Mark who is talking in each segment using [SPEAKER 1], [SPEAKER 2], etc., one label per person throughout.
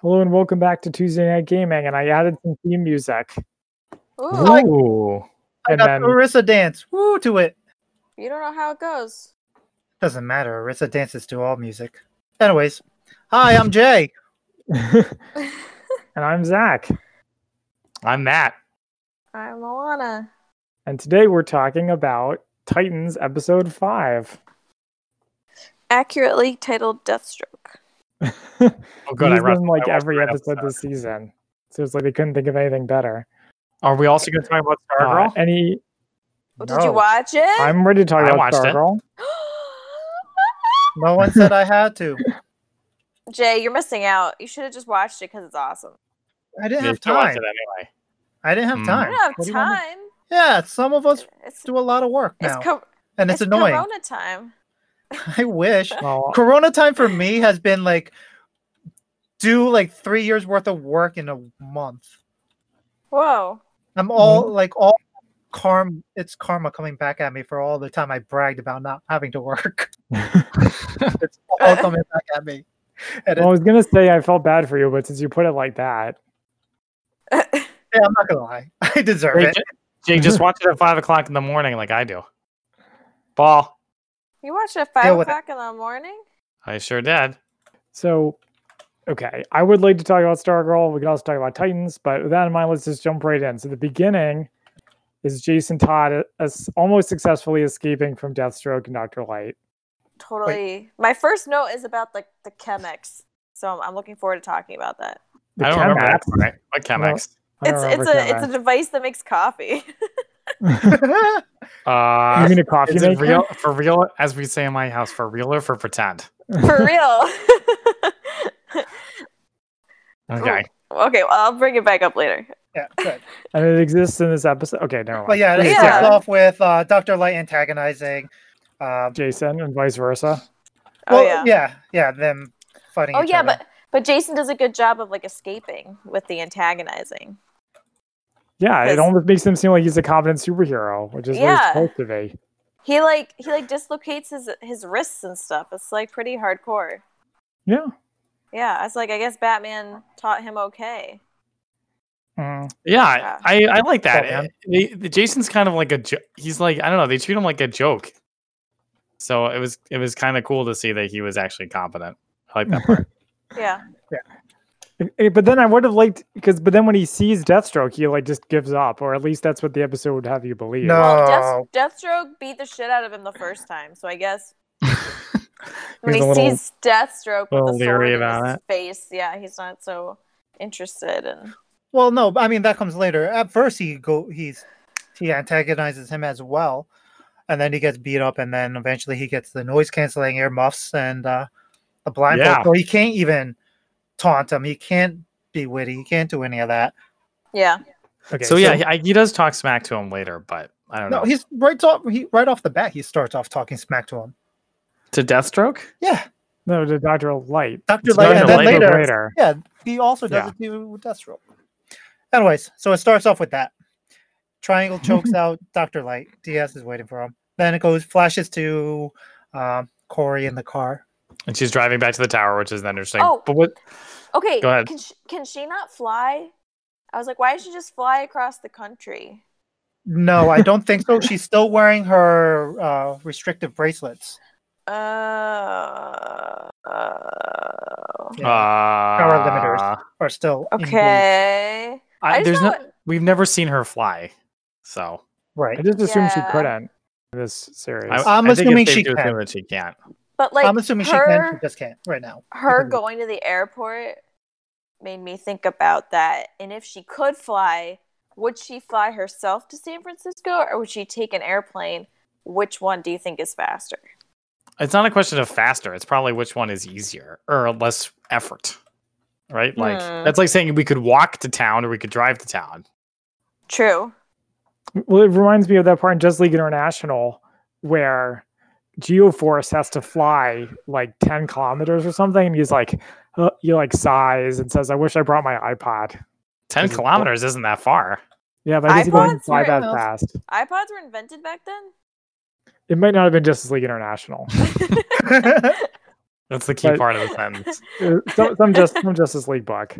[SPEAKER 1] Hello and welcome back to Tuesday Night Gaming, and I added some theme music.
[SPEAKER 2] Oh,
[SPEAKER 3] Ooh.
[SPEAKER 4] like-
[SPEAKER 1] Ooh.
[SPEAKER 4] I
[SPEAKER 1] And
[SPEAKER 4] got
[SPEAKER 1] then-
[SPEAKER 4] the Orisa dance. Woo to it.
[SPEAKER 3] You don't know how it goes.
[SPEAKER 4] Doesn't matter. Orisa dances to all music. Anyways, hi, I'm Jay.
[SPEAKER 1] and I'm Zach. I'm Matt.
[SPEAKER 3] I'm Alana.
[SPEAKER 1] And today we're talking about Titans Episode 5.
[SPEAKER 3] Accurately titled Deathstroke.
[SPEAKER 2] Oh, good.
[SPEAKER 1] Good,
[SPEAKER 2] I
[SPEAKER 1] These
[SPEAKER 2] wrote-
[SPEAKER 1] been like
[SPEAKER 2] I watched
[SPEAKER 1] every
[SPEAKER 2] that
[SPEAKER 1] episode this season. So it's like they couldn't think of anything better.
[SPEAKER 2] Are we also going to talk about
[SPEAKER 1] Uh,
[SPEAKER 2] Stargirl?
[SPEAKER 1] any
[SPEAKER 3] Oh, Did you
[SPEAKER 1] No.
[SPEAKER 3] watch it?
[SPEAKER 1] I'm ready to talk
[SPEAKER 2] I
[SPEAKER 1] about
[SPEAKER 2] watched it.
[SPEAKER 1] Stargirl.
[SPEAKER 4] No one said I had to.
[SPEAKER 3] Jay, you're missing out. You should have just watched it because it's awesome.
[SPEAKER 4] I didn't
[SPEAKER 2] Yeah,
[SPEAKER 4] have
[SPEAKER 2] you watched
[SPEAKER 4] time.
[SPEAKER 2] it anyway.
[SPEAKER 4] I didn't
[SPEAKER 1] Hmm.
[SPEAKER 4] have
[SPEAKER 2] Mm.
[SPEAKER 3] I
[SPEAKER 4] time.
[SPEAKER 3] don't
[SPEAKER 4] What do
[SPEAKER 3] have
[SPEAKER 4] you want me-
[SPEAKER 3] time.
[SPEAKER 4] Yeah, some of us
[SPEAKER 3] It's
[SPEAKER 4] do a lot of work
[SPEAKER 3] it's,
[SPEAKER 4] now,
[SPEAKER 3] co-
[SPEAKER 4] and it's,
[SPEAKER 3] it's
[SPEAKER 4] annoying.
[SPEAKER 3] Corona time.
[SPEAKER 4] I wish
[SPEAKER 1] Well,
[SPEAKER 4] Corona time for me has been like do like three years worth of work in a month.
[SPEAKER 3] Whoa.
[SPEAKER 4] I'm all
[SPEAKER 1] Mm-hmm.
[SPEAKER 4] like all karma. It's karma coming back at me for all the time I bragged about not having to work. it's all coming back at me. And
[SPEAKER 1] well, I was
[SPEAKER 4] it's,
[SPEAKER 1] going to say I felt bad for you, but since you put it like that,
[SPEAKER 4] yeah, I'm not gonna lie. I deserve
[SPEAKER 2] Jake,
[SPEAKER 4] it.
[SPEAKER 2] ju- Jake, just watch it at five o'clock in the morning, like I do. Ball,
[SPEAKER 3] You watched it at 5
[SPEAKER 4] Yeah, what-
[SPEAKER 3] o'clock in the morning?
[SPEAKER 2] I sure did.
[SPEAKER 1] So, okay, I would like to talk about Stargirl. We could also talk about Titans, but with that in mind, let's just jump right in. So, the beginning is Jason Todd uh, as almost successfully escaping from Deathstroke and Dr. Light.
[SPEAKER 3] Totally. My first note is about the, the Chemex. So I'm, I'm looking forward to talking about that.
[SPEAKER 1] The
[SPEAKER 2] I don't remember
[SPEAKER 1] Chemex-
[SPEAKER 2] that part. What Chemex?
[SPEAKER 1] I don't
[SPEAKER 3] it's
[SPEAKER 1] remember
[SPEAKER 3] it's a it's a
[SPEAKER 1] Chemex.
[SPEAKER 3] device that makes coffee.
[SPEAKER 2] Uh,
[SPEAKER 1] You mean a coffee
[SPEAKER 2] is it
[SPEAKER 1] maker?
[SPEAKER 2] real for real? As we say in my house, for real or for pretend?
[SPEAKER 3] For real.
[SPEAKER 2] Okay.
[SPEAKER 3] okay, well, I'll bring it back up later.
[SPEAKER 4] yeah, good.
[SPEAKER 1] And it exists in this episode. Okay, never mind.
[SPEAKER 4] But yeah, it
[SPEAKER 3] Yeah.
[SPEAKER 4] starts off with uh, Doctor Light antagonizing. Uh,
[SPEAKER 1] Jason and vice versa.
[SPEAKER 3] oh
[SPEAKER 4] well,
[SPEAKER 3] yeah.
[SPEAKER 4] yeah, yeah, them fighting.
[SPEAKER 3] Oh
[SPEAKER 4] each
[SPEAKER 3] yeah,
[SPEAKER 4] other.
[SPEAKER 3] but but Jason does a good job of like escaping with the antagonizing.
[SPEAKER 1] Yeah,
[SPEAKER 3] Yes.
[SPEAKER 1] it almost makes him seem like he's a competent superhero, which is
[SPEAKER 3] Yeah.
[SPEAKER 1] what he's supposed to be.
[SPEAKER 3] He like he like dislocates his his wrists and stuff. It's like pretty hardcore.
[SPEAKER 1] Yeah.
[SPEAKER 3] Yeah, it's like I guess Batman taught him okay.
[SPEAKER 1] Mm.
[SPEAKER 2] Yeah, I, I like that.
[SPEAKER 4] man.
[SPEAKER 2] They- the- Jason's kind of like a jo- he's like I don't know. They treat him like a joke. So it was it was kind of cool to see that he was actually competent. I like that part.
[SPEAKER 3] Yeah.
[SPEAKER 1] Eh, eh, But then I would have liked because, but then when he sees Deathstroke, he like just gives up, or at least that's what the episode would have you believe.
[SPEAKER 4] No.
[SPEAKER 3] Well,
[SPEAKER 4] Oh.
[SPEAKER 3] Death, Deathstroke beat the shit out of him the first time, so I guess
[SPEAKER 1] He's
[SPEAKER 3] when he
[SPEAKER 1] a little-
[SPEAKER 3] sees Deathstroke with
[SPEAKER 2] little
[SPEAKER 3] the sword
[SPEAKER 2] leery
[SPEAKER 3] in
[SPEAKER 2] about
[SPEAKER 3] his
[SPEAKER 2] it.
[SPEAKER 3] face, yeah, he's not so interested. And
[SPEAKER 4] Well, no, I mean that comes later. At first, he go he's he antagonizes him as well, and then he gets beat up, and then eventually he gets the noise canceling earmuffs and uh, the blindfold.
[SPEAKER 2] Yeah.
[SPEAKER 4] So he can't even taunt him. He can't be witty. He can't do any of that.
[SPEAKER 3] yeah,
[SPEAKER 1] Okay,
[SPEAKER 2] so yeah, he, I, he does talk smack to him later, but I don't
[SPEAKER 4] No,
[SPEAKER 2] know.
[SPEAKER 4] he's right off. He right off the bat, he starts off talking smack to him.
[SPEAKER 2] to Deathstroke?
[SPEAKER 4] Yeah,
[SPEAKER 1] no, the Doctor Light.
[SPEAKER 4] Doctor
[SPEAKER 2] It's
[SPEAKER 4] Light,
[SPEAKER 2] Dr.
[SPEAKER 4] and then
[SPEAKER 2] Light.
[SPEAKER 4] later,
[SPEAKER 1] later.
[SPEAKER 4] yeah, he also does it to Deathstroke. Anyways, so it starts off with that. Triangle chokes out Dr. Light. DS is waiting for him. Then it goes flashes to um, Corey in the car.
[SPEAKER 2] And she's driving back to the tower, which is interesting.
[SPEAKER 3] Oh.
[SPEAKER 2] But what
[SPEAKER 3] okay.
[SPEAKER 2] Go ahead.
[SPEAKER 3] Can she, can she not fly? I was like, why did she just fly across the country?
[SPEAKER 4] No, I don't think so. She's still wearing her uh, restrictive bracelets.
[SPEAKER 3] Uh, uh
[SPEAKER 4] Yeah,
[SPEAKER 2] Ah. power
[SPEAKER 4] limiters. are still engaged.
[SPEAKER 3] okay. I just
[SPEAKER 2] I, uh, there's
[SPEAKER 3] know
[SPEAKER 2] no, we've never seen her fly, so
[SPEAKER 1] I
[SPEAKER 4] right.
[SPEAKER 1] just assumed she
[SPEAKER 3] Yeah.
[SPEAKER 1] couldn't in this series.
[SPEAKER 2] I,
[SPEAKER 4] I'm
[SPEAKER 2] I think it's
[SPEAKER 4] assuming
[SPEAKER 2] safe
[SPEAKER 4] she
[SPEAKER 2] to assume
[SPEAKER 4] can.
[SPEAKER 2] that she can't.
[SPEAKER 3] But like,
[SPEAKER 4] I'm assuming she
[SPEAKER 3] her-
[SPEAKER 4] can. She just can't right now.
[SPEAKER 3] her
[SPEAKER 4] Mhm.
[SPEAKER 3] going to the airport made me think about that. And if she could fly, would she fly herself to San Francisco or would she take an airplane? Which one do you think is faster?
[SPEAKER 2] It's not a question of faster. It's probably which one is easier or less effort, right? Like
[SPEAKER 3] Hmm.
[SPEAKER 2] that's like saying we could walk to town or we could drive to town.
[SPEAKER 3] True.
[SPEAKER 1] well, it reminds me of that part in Just League International where Geoforce has to fly like 10 kilometers or something, and he's like, uh, he like sighs and says, I wish I brought my iPod.
[SPEAKER 2] Ten
[SPEAKER 1] Is it-
[SPEAKER 2] kilometers isn't that far.
[SPEAKER 1] Yeah, but I guess he doesn't
[SPEAKER 3] iPods
[SPEAKER 1] fly
[SPEAKER 3] were-
[SPEAKER 1] that fast.
[SPEAKER 3] iPods were invented back then?
[SPEAKER 1] It might not have been Justice League International.
[SPEAKER 2] That's the key
[SPEAKER 1] But-
[SPEAKER 2] part of the sentence.
[SPEAKER 1] Uh, some, some, just, some Justice League book.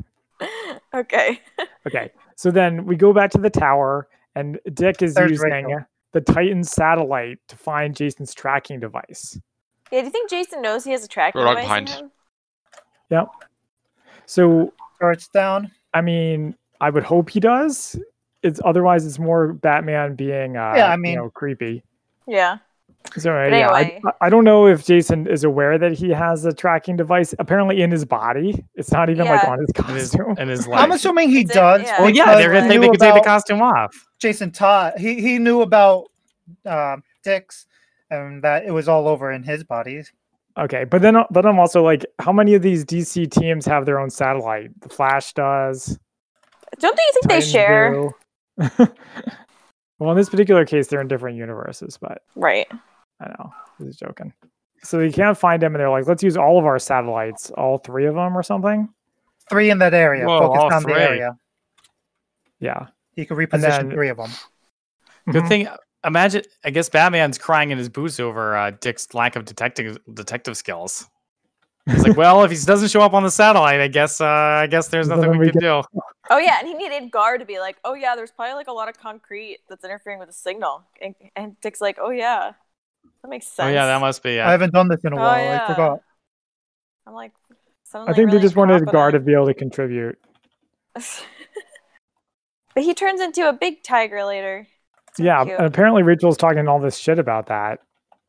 [SPEAKER 3] okay.
[SPEAKER 1] Okay. So then we go back to the tower, and Dick is
[SPEAKER 4] There's
[SPEAKER 1] using
[SPEAKER 4] Rachel.
[SPEAKER 1] the Titan satellite to find Jason's tracking device.
[SPEAKER 3] Yeah, do you think Jason knows he has a tracking
[SPEAKER 5] We're right
[SPEAKER 3] device?
[SPEAKER 5] behind.
[SPEAKER 3] on him?
[SPEAKER 1] So
[SPEAKER 4] Turrets down.
[SPEAKER 1] I mean, I would hope he does. It's otherwise it's more Batman being uh
[SPEAKER 4] Yeah, I
[SPEAKER 1] you
[SPEAKER 4] mean-
[SPEAKER 1] know, creepy.
[SPEAKER 3] Yeah.
[SPEAKER 1] So uh,
[SPEAKER 3] But
[SPEAKER 1] yeah, I-
[SPEAKER 3] anyway.
[SPEAKER 1] I, I don't know if Jason is aware that he has a tracking device apparently in his body. It's not even like
[SPEAKER 3] Yeah.
[SPEAKER 1] on his
[SPEAKER 2] And his,
[SPEAKER 1] costume.
[SPEAKER 2] and his
[SPEAKER 4] I'm
[SPEAKER 2] legs.
[SPEAKER 4] assuming he
[SPEAKER 3] Is it-
[SPEAKER 4] does.
[SPEAKER 3] yeah.
[SPEAKER 2] Well, yeah,
[SPEAKER 4] because
[SPEAKER 2] they're gonna
[SPEAKER 4] he
[SPEAKER 2] think they
[SPEAKER 4] knew
[SPEAKER 2] could take the
[SPEAKER 4] about
[SPEAKER 2] costume off.
[SPEAKER 4] Jason Todd. He he knew about um, Dix and that it was all over in his body.
[SPEAKER 1] Okay, but then but I'm also like how many of these DC teams have their own satellite? The Flash does.
[SPEAKER 3] Don't you think they
[SPEAKER 1] Titans
[SPEAKER 3] share?
[SPEAKER 1] do. well, in this particular case they're in different universes, but
[SPEAKER 3] Right.
[SPEAKER 1] I know. I was joking. So they can't find him, and they're like, "Let's use all of our satellites, all three of them, or something."
[SPEAKER 4] Three in that area.
[SPEAKER 2] Whoa, all
[SPEAKER 4] focused on
[SPEAKER 2] three.
[SPEAKER 4] the area.
[SPEAKER 1] Yeah.
[SPEAKER 4] He could reposition
[SPEAKER 1] then-
[SPEAKER 4] three of them.
[SPEAKER 2] Good
[SPEAKER 1] Mhm.
[SPEAKER 2] thing. Imagine, I guess Batman's crying in his boots over uh, Dick's lack of detective detective skills. It's like, well, if he doesn't show up on the satellite, I guess, uh, I guess there's
[SPEAKER 1] Nothing
[SPEAKER 2] nothing we
[SPEAKER 1] we
[SPEAKER 2] can do.
[SPEAKER 3] Oh yeah, and he needed Gar to be like, oh yeah, there's probably like a lot of concrete that's interfering with the signal, and, and Dick's like, oh yeah, that makes sense.
[SPEAKER 2] Oh yeah, that must be.
[SPEAKER 4] I
[SPEAKER 2] Uh,
[SPEAKER 4] haven't done this in a
[SPEAKER 3] Oh,
[SPEAKER 4] while.
[SPEAKER 3] yeah.
[SPEAKER 4] I forgot.
[SPEAKER 3] I'm like,
[SPEAKER 1] I think they just wanted Gar to
[SPEAKER 3] guarded.
[SPEAKER 1] be able to contribute.
[SPEAKER 3] but he turns into a big tiger later. So
[SPEAKER 1] yeah,
[SPEAKER 3] cute.
[SPEAKER 1] and apparently Rachel's talking all this shit about that.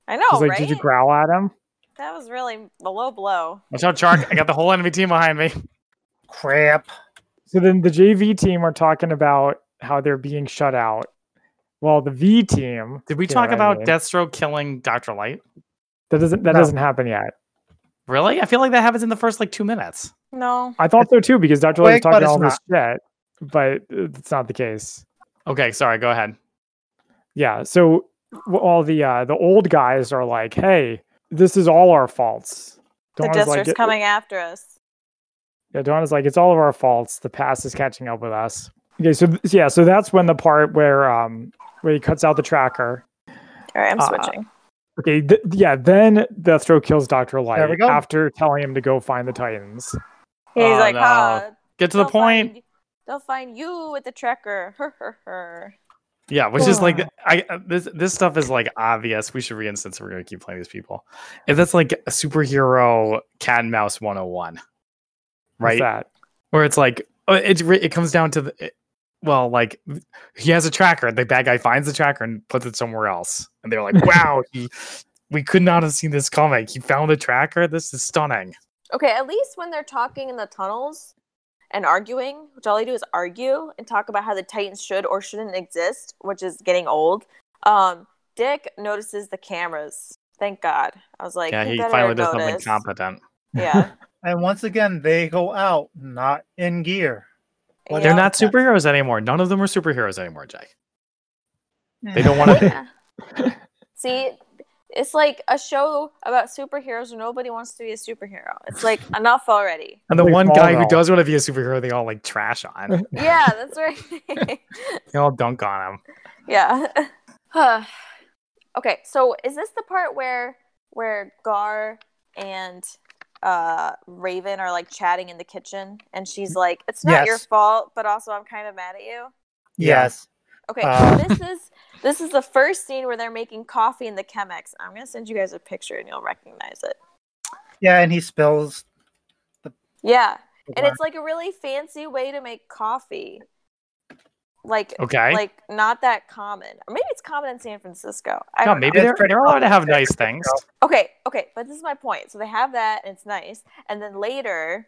[SPEAKER 3] I
[SPEAKER 1] She's
[SPEAKER 3] know,
[SPEAKER 1] like,
[SPEAKER 3] Oh, right?
[SPEAKER 1] "Did you growl at him?"
[SPEAKER 3] that was really a low blow.
[SPEAKER 2] watch out, Chark! I got the whole enemy team behind me.
[SPEAKER 4] Crap.
[SPEAKER 1] So then the JV team are talking about how they're being shut out. Well, the V team
[SPEAKER 2] Did we
[SPEAKER 1] Yeah,
[SPEAKER 2] talk
[SPEAKER 1] I
[SPEAKER 2] about
[SPEAKER 1] mean-
[SPEAKER 2] Deathstroke killing Doctor Light?
[SPEAKER 1] that doesn't that
[SPEAKER 4] No.
[SPEAKER 1] doesn't happen yet.
[SPEAKER 2] Really? I feel like that happens in the first like two minutes.
[SPEAKER 3] No,
[SPEAKER 1] I thought so too because Doctor Light was
[SPEAKER 4] Quick, but
[SPEAKER 1] talking
[SPEAKER 4] it's
[SPEAKER 1] all this shit, but it's not the case.
[SPEAKER 2] Okay, sorry. Go ahead.
[SPEAKER 1] Yeah. So w- all the uh, the old guys are like, "Hey, this is all our faults."
[SPEAKER 3] the
[SPEAKER 1] Dawn's
[SPEAKER 3] Jester's
[SPEAKER 1] like, "It-
[SPEAKER 3] coming after us.
[SPEAKER 1] Yeah, Donna's like, "It's all of our faults. The past is catching up with us." Okay. So th- yeah. So that's when the part where um where he cuts out the tracker.
[SPEAKER 3] All right, I'm
[SPEAKER 1] Uh,
[SPEAKER 3] switching.
[SPEAKER 1] Okay. Th- yeah. Then Deathstroke kills Doctor Light
[SPEAKER 4] we go.
[SPEAKER 1] after telling him to go find the Titans.
[SPEAKER 3] He's
[SPEAKER 2] oh,
[SPEAKER 3] like,
[SPEAKER 2] no.
[SPEAKER 3] ah,
[SPEAKER 2] Get to the
[SPEAKER 3] they'll
[SPEAKER 2] point.
[SPEAKER 3] find- they'll find you with the tracker. Her, her, her.
[SPEAKER 2] Yeah, which is like
[SPEAKER 1] Ugh.
[SPEAKER 2] I uh, this this stuff is like obvious. We should reinstance. if We're gonna keep playing these people. And that's like a superhero cat and mouse 101,
[SPEAKER 1] What's
[SPEAKER 2] right?
[SPEAKER 1] That.
[SPEAKER 2] Where it's like uh, it re- it comes down to the it- well, like he has a tracker. The bad guy finds the tracker and puts it somewhere else. And they're like, "Wow, he, we could not have seen this coming. He found a tracker. This is stunning."
[SPEAKER 3] Okay, at least when they're talking in the tunnels and arguing, which all they do is argue and talk about how the Titans should or shouldn't exist, which is getting old. Um, Dick notices the cameras. Thank God. I was like,
[SPEAKER 2] yeah,
[SPEAKER 3] you
[SPEAKER 2] he
[SPEAKER 3] better
[SPEAKER 2] finally does something
[SPEAKER 3] notice.
[SPEAKER 2] competent.
[SPEAKER 3] Yeah,
[SPEAKER 4] And once again, they go out not in gear. Well,
[SPEAKER 2] They're
[SPEAKER 3] yeah.
[SPEAKER 2] not
[SPEAKER 4] Yeah.
[SPEAKER 2] superheroes anymore. None of them are superheroes anymore, Jake. They
[SPEAKER 1] Hmm.
[SPEAKER 4] Eh.
[SPEAKER 2] don't want to.
[SPEAKER 3] Yeah. See, it's like a show about superheroes where nobody wants to be a superhero. It's like enough already.
[SPEAKER 2] And the
[SPEAKER 1] Like
[SPEAKER 2] one guy who
[SPEAKER 1] Smallville.
[SPEAKER 2] does want to be a superhero, they all like trash on.
[SPEAKER 3] Yeah, that's right.
[SPEAKER 2] they all dunk on him.
[SPEAKER 3] yeah. Huh. okay, so is this the part where where Gar and uh Raven are like chatting in the kitchen and she's like, It's not your
[SPEAKER 4] Yes.
[SPEAKER 3] fault, but also I'm kind of mad at you.
[SPEAKER 4] Yes.
[SPEAKER 3] Okay,
[SPEAKER 4] Uh.
[SPEAKER 3] so this is this is the first scene where they're making coffee in the Chemex. I'm gonna send you guys a picture and you'll recognize it.
[SPEAKER 4] Yeah, and he spills.
[SPEAKER 3] Yeah. and it's like a really fancy way to make coffee like
[SPEAKER 2] Okay.
[SPEAKER 3] like not that common or maybe it's common in san francisco I
[SPEAKER 2] yeah,
[SPEAKER 3] don't
[SPEAKER 2] maybe
[SPEAKER 3] know.
[SPEAKER 4] It's
[SPEAKER 2] they're,
[SPEAKER 4] pretty
[SPEAKER 2] they're allowed to have
[SPEAKER 4] complicated,
[SPEAKER 2] nice things.
[SPEAKER 3] okay okay but this is my point so they have that and it's nice and then later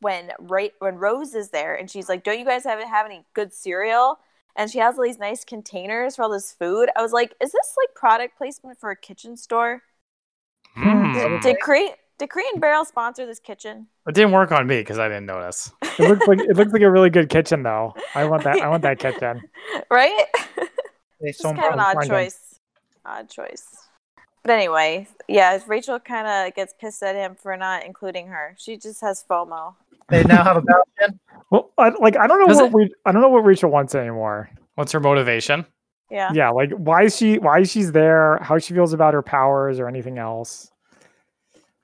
[SPEAKER 3] when right when rose is there and she's like don't you guys have, have any good cereal and she has all these nice containers for all this food i was like is this like product placement for a kitchen store
[SPEAKER 1] Hmm.
[SPEAKER 2] Mm.
[SPEAKER 3] did, did crate did crate and barrel sponsor this kitchen
[SPEAKER 2] It didn't work on me because I didn't notice.
[SPEAKER 1] It looks like it looks like a really good kitchen though. I want that. I want that kitchen.
[SPEAKER 3] right
[SPEAKER 4] They
[SPEAKER 3] It's
[SPEAKER 4] so
[SPEAKER 3] kind of an odd
[SPEAKER 1] Fine, then.
[SPEAKER 3] choice. Odd choice. But anyway, yeah, Rachel kind of gets pissed at him for not including her. She just has FOMO.
[SPEAKER 4] they now have a balcony.
[SPEAKER 1] Well, I, like I don't know
[SPEAKER 2] Does
[SPEAKER 1] what
[SPEAKER 2] it-
[SPEAKER 1] we I don't know what Rachel wants anymore.
[SPEAKER 2] What's her motivation?
[SPEAKER 3] Yeah.
[SPEAKER 1] yeah like why is she why she's there how she feels about her powers or anything else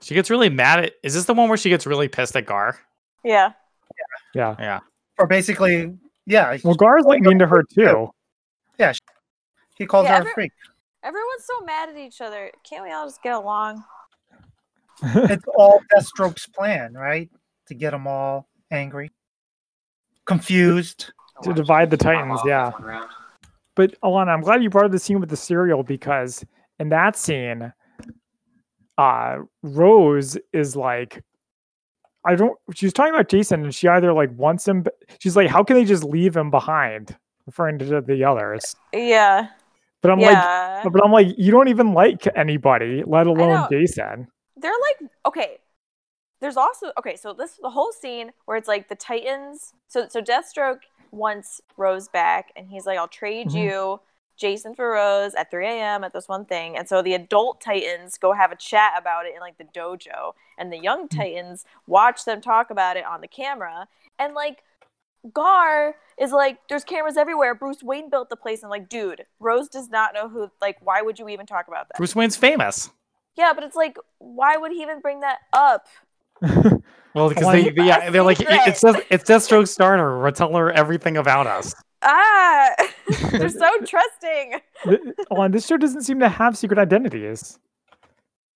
[SPEAKER 2] She gets really mad at. Is this the one where she gets really pissed at Gar?
[SPEAKER 3] Yeah.
[SPEAKER 1] Yeah.
[SPEAKER 4] Or basically, yeah,
[SPEAKER 1] Well, Gar's like mean to her too.
[SPEAKER 4] he calls
[SPEAKER 3] Yeah,
[SPEAKER 4] her
[SPEAKER 3] every-
[SPEAKER 4] a freak.
[SPEAKER 3] Everyone's so mad at each other. Can't we all just get along?
[SPEAKER 4] It's all Deathstroke's plan, right? To get them all angry, confused.
[SPEAKER 1] To divide the Titans,
[SPEAKER 3] Oh,
[SPEAKER 1] yeah. But Alana, I'm glad you brought up the scene with the cereal because in that scene, uh, Rose is like, I don't. She's talking about Jason, and she either like wants him. b- She's like, how can they just leave him behind, referring to the others.
[SPEAKER 3] Yeah.
[SPEAKER 1] But I'm like,
[SPEAKER 3] yeah.
[SPEAKER 1] but I'm like, you don't even like anybody, let alone
[SPEAKER 3] know.
[SPEAKER 1] Jason.
[SPEAKER 3] They're like okay. There's also okay, so this the whole scene where it's like the Titans. So so Deathstroke wants Rose back, and he's like, "I'll trade
[SPEAKER 1] Mhm.
[SPEAKER 3] you, Jason, for Rose at 3 a.m. at this one thing." And so the adult Titans go have a chat about it in like the dojo, and the young Titans watch them talk about it on the camera, and like. Gar is like, there's cameras everywhere. Bruce Wayne built the place, and like, dude, Rose does not know who. Like, why would you even talk about that?
[SPEAKER 2] Bruce Wayne's famous.
[SPEAKER 3] Yeah, but it's like, why would he even bring that up?
[SPEAKER 2] Well, because
[SPEAKER 1] Why
[SPEAKER 2] they,
[SPEAKER 1] you
[SPEAKER 2] they yeah,
[SPEAKER 3] ask
[SPEAKER 2] they're
[SPEAKER 3] me
[SPEAKER 2] like it-
[SPEAKER 3] that?
[SPEAKER 2] it's just, it's Deathstroke's starter. We'll tell her everything about us.
[SPEAKER 3] Ah, they're so trusting
[SPEAKER 1] Th- Alana, this show doesn't seem to have secret identities.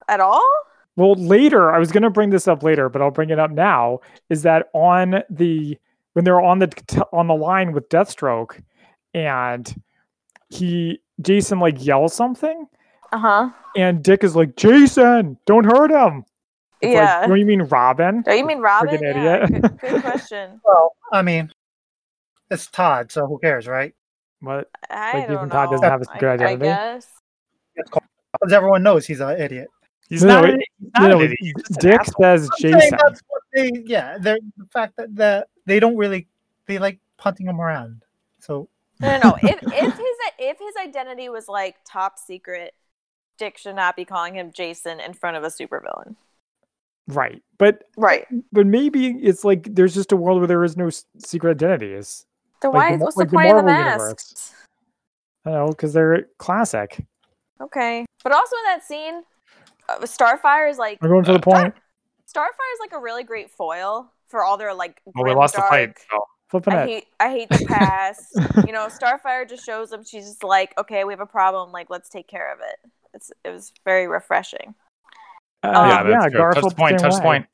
[SPEAKER 3] at all.
[SPEAKER 1] Well, later, I was going to bring this up later, but I'll bring it up now. Is that on the when they're on the t- on the line with Deathstroke, and he Jason like yells something,
[SPEAKER 3] Uh huh.
[SPEAKER 1] and Dick is like, "Jason, don't hurt him." It's
[SPEAKER 3] Yeah.
[SPEAKER 1] Like, don't you mean Robin?
[SPEAKER 3] Don't you mean Robin?
[SPEAKER 1] Friggin'
[SPEAKER 3] Yeah,
[SPEAKER 1] idiot.
[SPEAKER 3] good, good question.
[SPEAKER 4] Well, I mean, it's Todd, so who cares, right?
[SPEAKER 1] What?
[SPEAKER 3] I
[SPEAKER 1] Like,
[SPEAKER 3] don't
[SPEAKER 1] even
[SPEAKER 3] know.
[SPEAKER 1] Todd doesn't have a
[SPEAKER 3] I-
[SPEAKER 1] good
[SPEAKER 3] I,
[SPEAKER 1] identity.
[SPEAKER 3] guess.
[SPEAKER 4] It's called, as everyone knows, he's an idiot.
[SPEAKER 2] He's
[SPEAKER 1] No,
[SPEAKER 2] not.
[SPEAKER 1] it-
[SPEAKER 2] an- he's not
[SPEAKER 1] no,
[SPEAKER 2] an
[SPEAKER 1] it-
[SPEAKER 2] idiot. He's just an
[SPEAKER 1] Dick
[SPEAKER 2] asshole.
[SPEAKER 1] says
[SPEAKER 4] I'm saying
[SPEAKER 1] Jason.
[SPEAKER 4] That's what they, yeah, they're, the fact that, that they don't really, they like punting him around. So
[SPEAKER 3] No, no, no. if, if his if his identity was like top secret, Dick should not be calling him Jason in front of a supervillain.
[SPEAKER 1] Right. But
[SPEAKER 3] Right.
[SPEAKER 1] but maybe it's like there's just a world where there is no s- secret identities.
[SPEAKER 3] Then
[SPEAKER 1] Like
[SPEAKER 3] why?
[SPEAKER 1] the Mar-
[SPEAKER 3] what's
[SPEAKER 1] like
[SPEAKER 3] the
[SPEAKER 1] the
[SPEAKER 3] point of the
[SPEAKER 1] Marvel
[SPEAKER 3] mask?
[SPEAKER 1] universe. I don't know because they're classic.
[SPEAKER 3] Okay. But also in that scene, uh, Starfire is like
[SPEAKER 1] I'm going for the point.
[SPEAKER 3] Starfire is like a really great foil for all their like.
[SPEAKER 2] Well, Oh, we
[SPEAKER 3] grim,
[SPEAKER 2] lost the fight.
[SPEAKER 3] dark-
[SPEAKER 2] so-
[SPEAKER 1] Flipping
[SPEAKER 3] I
[SPEAKER 1] it.
[SPEAKER 3] hate, I hate the past. you know, Starfire just shows them. She's just like, okay, we have a problem. Like, let's take care of it. It's, it was very refreshing.
[SPEAKER 2] Oh,
[SPEAKER 1] Uh,
[SPEAKER 3] Yeah,
[SPEAKER 2] good. touch the
[SPEAKER 1] felt the
[SPEAKER 2] point.
[SPEAKER 1] same
[SPEAKER 2] Touch the
[SPEAKER 1] way.
[SPEAKER 2] point.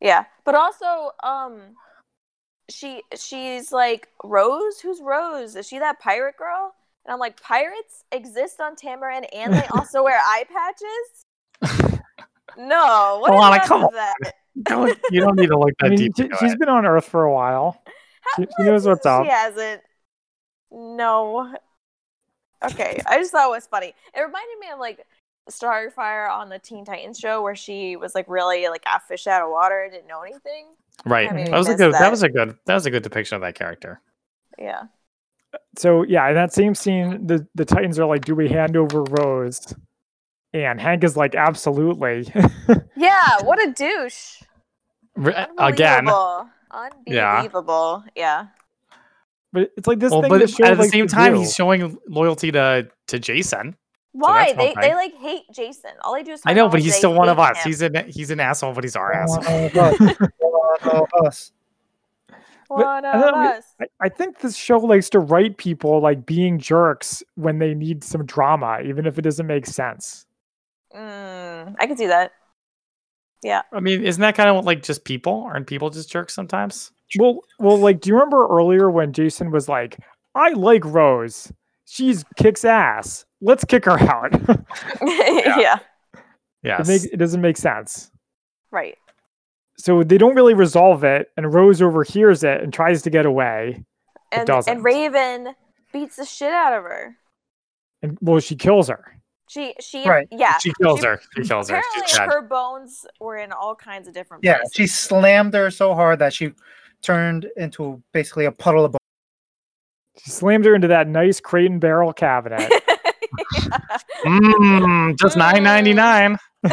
[SPEAKER 3] Yeah, but also, um, she she's like Rose. Who's Rose? Is she that pirate girl? And I'm like, pirates exist on Tamaran, and they also wear eye patches. No, what is
[SPEAKER 2] Alana,
[SPEAKER 3] up
[SPEAKER 2] come
[SPEAKER 3] with that?
[SPEAKER 2] Don't- you don't need to look that
[SPEAKER 1] I mean,
[SPEAKER 2] deep.
[SPEAKER 1] she,
[SPEAKER 2] into
[SPEAKER 1] has
[SPEAKER 2] it.
[SPEAKER 1] been on Earth for a while. She, she knows what's
[SPEAKER 3] she
[SPEAKER 1] up.
[SPEAKER 3] hasn't. No. Okay, I just thought it was funny. It reminded me of like Starfire on the Teen Titans show where she was like really like a fish out of water and didn't know anything.
[SPEAKER 2] Right.
[SPEAKER 3] I mean,
[SPEAKER 2] That was a
[SPEAKER 3] miss
[SPEAKER 2] good. That.
[SPEAKER 3] that.
[SPEAKER 2] was a good. That was a good depiction of that character.
[SPEAKER 3] Yeah.
[SPEAKER 1] So yeah, in that same scene, the the Titans are like, "Do we hand over Rose?" And Hank is like, "Absolutely."
[SPEAKER 3] Yeah, what a douche.
[SPEAKER 2] Re- Uh, Again.
[SPEAKER 3] Unbelievable.
[SPEAKER 2] Yeah.
[SPEAKER 3] Unbelievable. Yeah.
[SPEAKER 1] but it's like this
[SPEAKER 2] Well,
[SPEAKER 1] thing.
[SPEAKER 2] but
[SPEAKER 1] the show
[SPEAKER 2] at the
[SPEAKER 1] likes
[SPEAKER 2] same
[SPEAKER 1] to
[SPEAKER 2] time,
[SPEAKER 1] do.
[SPEAKER 2] he's showing loyalty to to Jason.
[SPEAKER 3] Why?
[SPEAKER 2] that's
[SPEAKER 3] they
[SPEAKER 2] one
[SPEAKER 3] they
[SPEAKER 2] thing.
[SPEAKER 3] like hate Jason. All they do is
[SPEAKER 2] I
[SPEAKER 3] talk
[SPEAKER 2] know,
[SPEAKER 3] about
[SPEAKER 2] but
[SPEAKER 3] how Oh,
[SPEAKER 2] he's
[SPEAKER 3] they
[SPEAKER 2] still one of
[SPEAKER 3] hate
[SPEAKER 2] us.
[SPEAKER 3] him.
[SPEAKER 2] He's an he's an asshole, but he's our asshole.
[SPEAKER 4] Oh, us.
[SPEAKER 1] But-
[SPEAKER 3] one
[SPEAKER 1] I
[SPEAKER 3] of
[SPEAKER 1] don't mean-
[SPEAKER 3] us.
[SPEAKER 1] I, I think this show likes to write people like being jerks when they need some drama, even if it doesn't make sense.
[SPEAKER 3] Mm, I can see that.
[SPEAKER 2] I mean, isn't that kind of like just people? Aren't people just jerks sometimes?
[SPEAKER 1] Well, well, like, do you remember earlier when Jason was like, "I like Rose. She's kicks ass. Let's kick her out." it,
[SPEAKER 3] yeah.
[SPEAKER 2] Yes.
[SPEAKER 1] makes, it doesn't make sense.
[SPEAKER 3] Right.
[SPEAKER 1] So they don't really resolve it, and Rose overhears it and tries to get away.
[SPEAKER 3] And
[SPEAKER 1] doesn't.
[SPEAKER 3] and Raven beats the shit out of her.
[SPEAKER 1] And well, she kills her.
[SPEAKER 3] She she
[SPEAKER 4] Right.
[SPEAKER 3] yeah.
[SPEAKER 2] she kills
[SPEAKER 3] she-
[SPEAKER 2] her. She kills her.
[SPEAKER 3] Apparently
[SPEAKER 2] She's dead.
[SPEAKER 3] her bones were in all kinds of different
[SPEAKER 4] Yeah,
[SPEAKER 3] places.
[SPEAKER 4] she slammed her so hard that she turned into basically a puddle of.
[SPEAKER 1] She slammed her into that nice crate and barrel cabinet.
[SPEAKER 2] Mm, just nine ninety nine.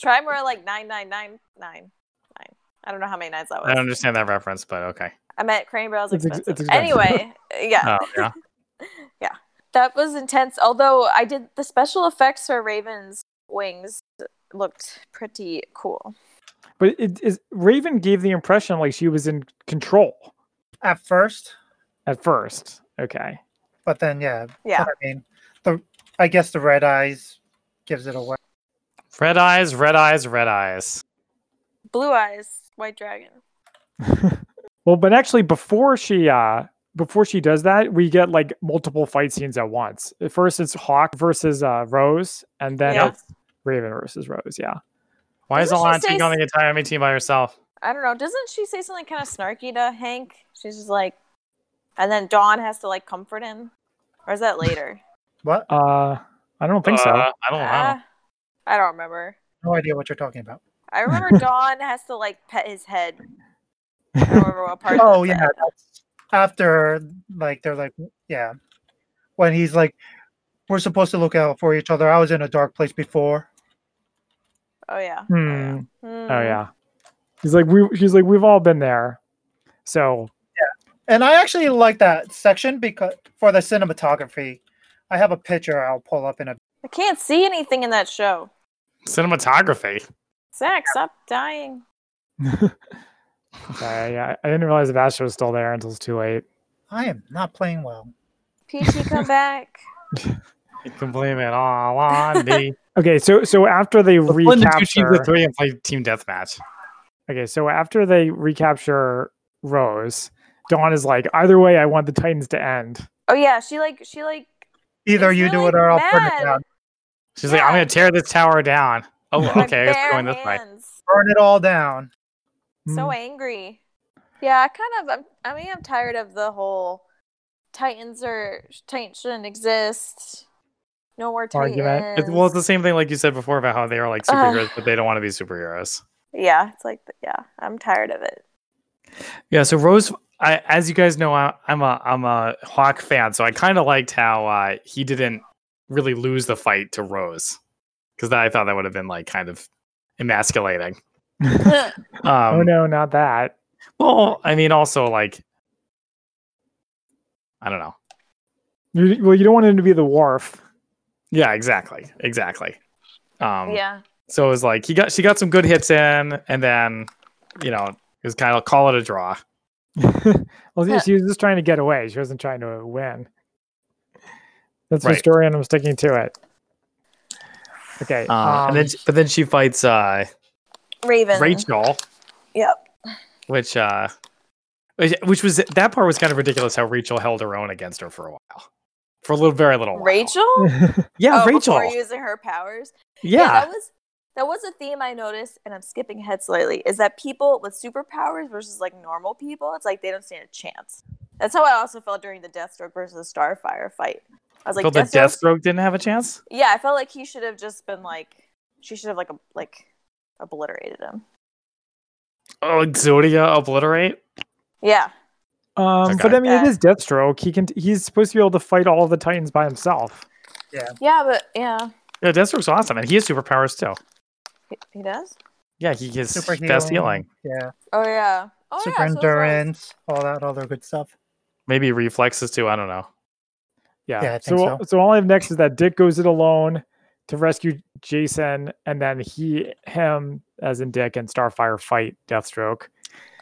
[SPEAKER 3] Try more like nine nine nine nine nine. I don't know how many nines that
[SPEAKER 2] I don't
[SPEAKER 3] was.
[SPEAKER 2] understand that reference, but okay.
[SPEAKER 3] I meant crane barrels
[SPEAKER 1] It's ex-
[SPEAKER 3] expensive.
[SPEAKER 1] it's expensive.
[SPEAKER 3] Anyway, yeah,
[SPEAKER 2] Oh yeah.
[SPEAKER 3] that was intense. Although I did the special effects for Raven's wings looked pretty cool.
[SPEAKER 1] But it is Raven gave the impression like she was in control
[SPEAKER 4] at first,
[SPEAKER 1] at first. Okay.
[SPEAKER 4] but then yeah,
[SPEAKER 3] Yeah.
[SPEAKER 4] I mean, the I guess the red eyes gives it away.
[SPEAKER 2] Red eyes, red eyes, red eyes.
[SPEAKER 3] Blue eyes, white dragon.
[SPEAKER 1] Well, but actually before she uh before she does that, we get like multiple fight scenes at once. At first it's Hawk versus uh Rose and then
[SPEAKER 3] Yeah.
[SPEAKER 1] it's Raven versus Rose, yeah.
[SPEAKER 2] Why is
[SPEAKER 3] Doesn't she
[SPEAKER 2] Alana
[SPEAKER 3] say
[SPEAKER 2] taking on the entire team by herself?
[SPEAKER 3] I don't know. Doesn't she say something kind of snarky to Hank? She's just like, and then Dawn has to like comfort him, or is that later?
[SPEAKER 4] What?
[SPEAKER 1] Uh I don't think so.
[SPEAKER 2] Uh, I don't know.
[SPEAKER 3] Ah, I don't remember.
[SPEAKER 4] No idea what you're talking about.
[SPEAKER 3] I remember Dawn has to like pet his head. I don't remember what part.
[SPEAKER 4] Oh
[SPEAKER 3] that's
[SPEAKER 4] yeah,
[SPEAKER 3] at.
[SPEAKER 4] that's after like they're like yeah, when he's like, we're supposed to look out for each other. I was in a dark place before.
[SPEAKER 3] Oh yeah.
[SPEAKER 1] Hmm.
[SPEAKER 3] Hmm.
[SPEAKER 1] Oh yeah. He's like we she's like we've all been there. So
[SPEAKER 4] And I actually like that section because for the cinematography, I have a picture I'll pull up in a.
[SPEAKER 3] I can't see anything in that show.
[SPEAKER 2] Cinematography.
[SPEAKER 3] Zach, stop dying.
[SPEAKER 1] sorry, I, I didn't realize Vasher was still there until it's too late.
[SPEAKER 4] I am not playing well.
[SPEAKER 3] Peachy, come back.
[SPEAKER 2] You can blame it all on me.
[SPEAKER 1] Okay, so so after they
[SPEAKER 2] Split into two teams
[SPEAKER 1] recapture
[SPEAKER 2] of three and play team deathmatch.
[SPEAKER 1] Okay, so after they recapture Rose, Dawn is like, either way, I want the Titans to end.
[SPEAKER 3] Oh yeah, she like she like
[SPEAKER 4] Either
[SPEAKER 3] It's
[SPEAKER 4] you do
[SPEAKER 3] really
[SPEAKER 4] it or I'll burn
[SPEAKER 3] bad.
[SPEAKER 4] it down.
[SPEAKER 2] She's like, I'm
[SPEAKER 3] Yeah.
[SPEAKER 2] gonna tear this tower down. Oh,
[SPEAKER 3] my
[SPEAKER 2] okay, I guess we're
[SPEAKER 3] bare
[SPEAKER 2] going this way.
[SPEAKER 3] hands.
[SPEAKER 4] Burn it all down.
[SPEAKER 3] so
[SPEAKER 2] Mm.
[SPEAKER 3] angry. Yeah, I kind of. I'm, I mean, I'm tired of the whole Titans or Titans shouldn't exist. No more
[SPEAKER 1] Argument.
[SPEAKER 3] Titans.
[SPEAKER 2] It's, well, it's the same thing like you said before about how they are like
[SPEAKER 3] Ugh.
[SPEAKER 2] superheroes, but they don't want to be superheroes.
[SPEAKER 3] yeah, it's like yeah. I'm tired of it.
[SPEAKER 2] Yeah, so Rose, I, as you guys know, I, I'm a I'm a Hawk fan, so I kind of liked how uh, he didn't really lose the fight to Rose because I thought that would have been like kind of emasculating. Um,
[SPEAKER 1] oh no, not that.
[SPEAKER 2] Well, I mean, also like, I don't know.
[SPEAKER 1] You, well, you don't want him to be the wharf.
[SPEAKER 2] Yeah, exactly, exactly. Um,
[SPEAKER 3] yeah,
[SPEAKER 2] So it was like he got she got some good hits in, and then you know it was kind of call it a draw.
[SPEAKER 1] well, yeah,
[SPEAKER 3] Huh.
[SPEAKER 1] she was just trying to get away. She wasn't trying to win. That's my
[SPEAKER 2] Right.
[SPEAKER 1] story, and I'm sticking to it. Okay.
[SPEAKER 2] Um, and then,
[SPEAKER 1] um,
[SPEAKER 2] she- but then she fights uh,
[SPEAKER 3] Raven.
[SPEAKER 2] Rachel.
[SPEAKER 3] Yep.
[SPEAKER 2] Which uh, which, which was that part was kind of ridiculous how Rachel held her own against her for a while, for a little very little while.
[SPEAKER 3] Rachel.
[SPEAKER 2] Yeah,
[SPEAKER 3] oh,
[SPEAKER 2] Rachel.
[SPEAKER 3] Before using her powers.
[SPEAKER 2] yeah.
[SPEAKER 3] that was that was a theme I noticed, and I'm skipping ahead slightly. Is that people with superpowers versus like normal people? It's like they don't stand a chance. That's how I also felt during the Deathstroke versus Starfire fight. I was like,
[SPEAKER 2] Felt that
[SPEAKER 3] Deathstroke-
[SPEAKER 2] Deathstroke didn't have a chance.
[SPEAKER 3] yeah, I felt like he should have just been like, she should have like a, like obliterated him.
[SPEAKER 2] Oh, Zodia obliterate.
[SPEAKER 3] Yeah,
[SPEAKER 1] um,
[SPEAKER 2] Okay.
[SPEAKER 1] But I mean, it
[SPEAKER 3] Yeah.
[SPEAKER 1] is Deathstroke. He can. He's supposed to be able to fight all of the Titans by himself.
[SPEAKER 3] yeah, but yeah,
[SPEAKER 2] Yeah, Deathstroke's awesome, and he has superpowers too.
[SPEAKER 3] he, he does.
[SPEAKER 2] Yeah, he gets
[SPEAKER 4] Super
[SPEAKER 2] best healing,
[SPEAKER 4] Yeah.
[SPEAKER 3] Oh yeah, oh
[SPEAKER 4] super
[SPEAKER 3] yeah, so does Rose.
[SPEAKER 4] endurance, all that other good stuff.
[SPEAKER 2] maybe reflexes too. I don't know.
[SPEAKER 1] Yeah.
[SPEAKER 4] Yeah, I think
[SPEAKER 1] so, so. all I have next is that Dick goes it alone to rescue Jason, and then he, him, as in Dick and Starfire fight Deathstroke.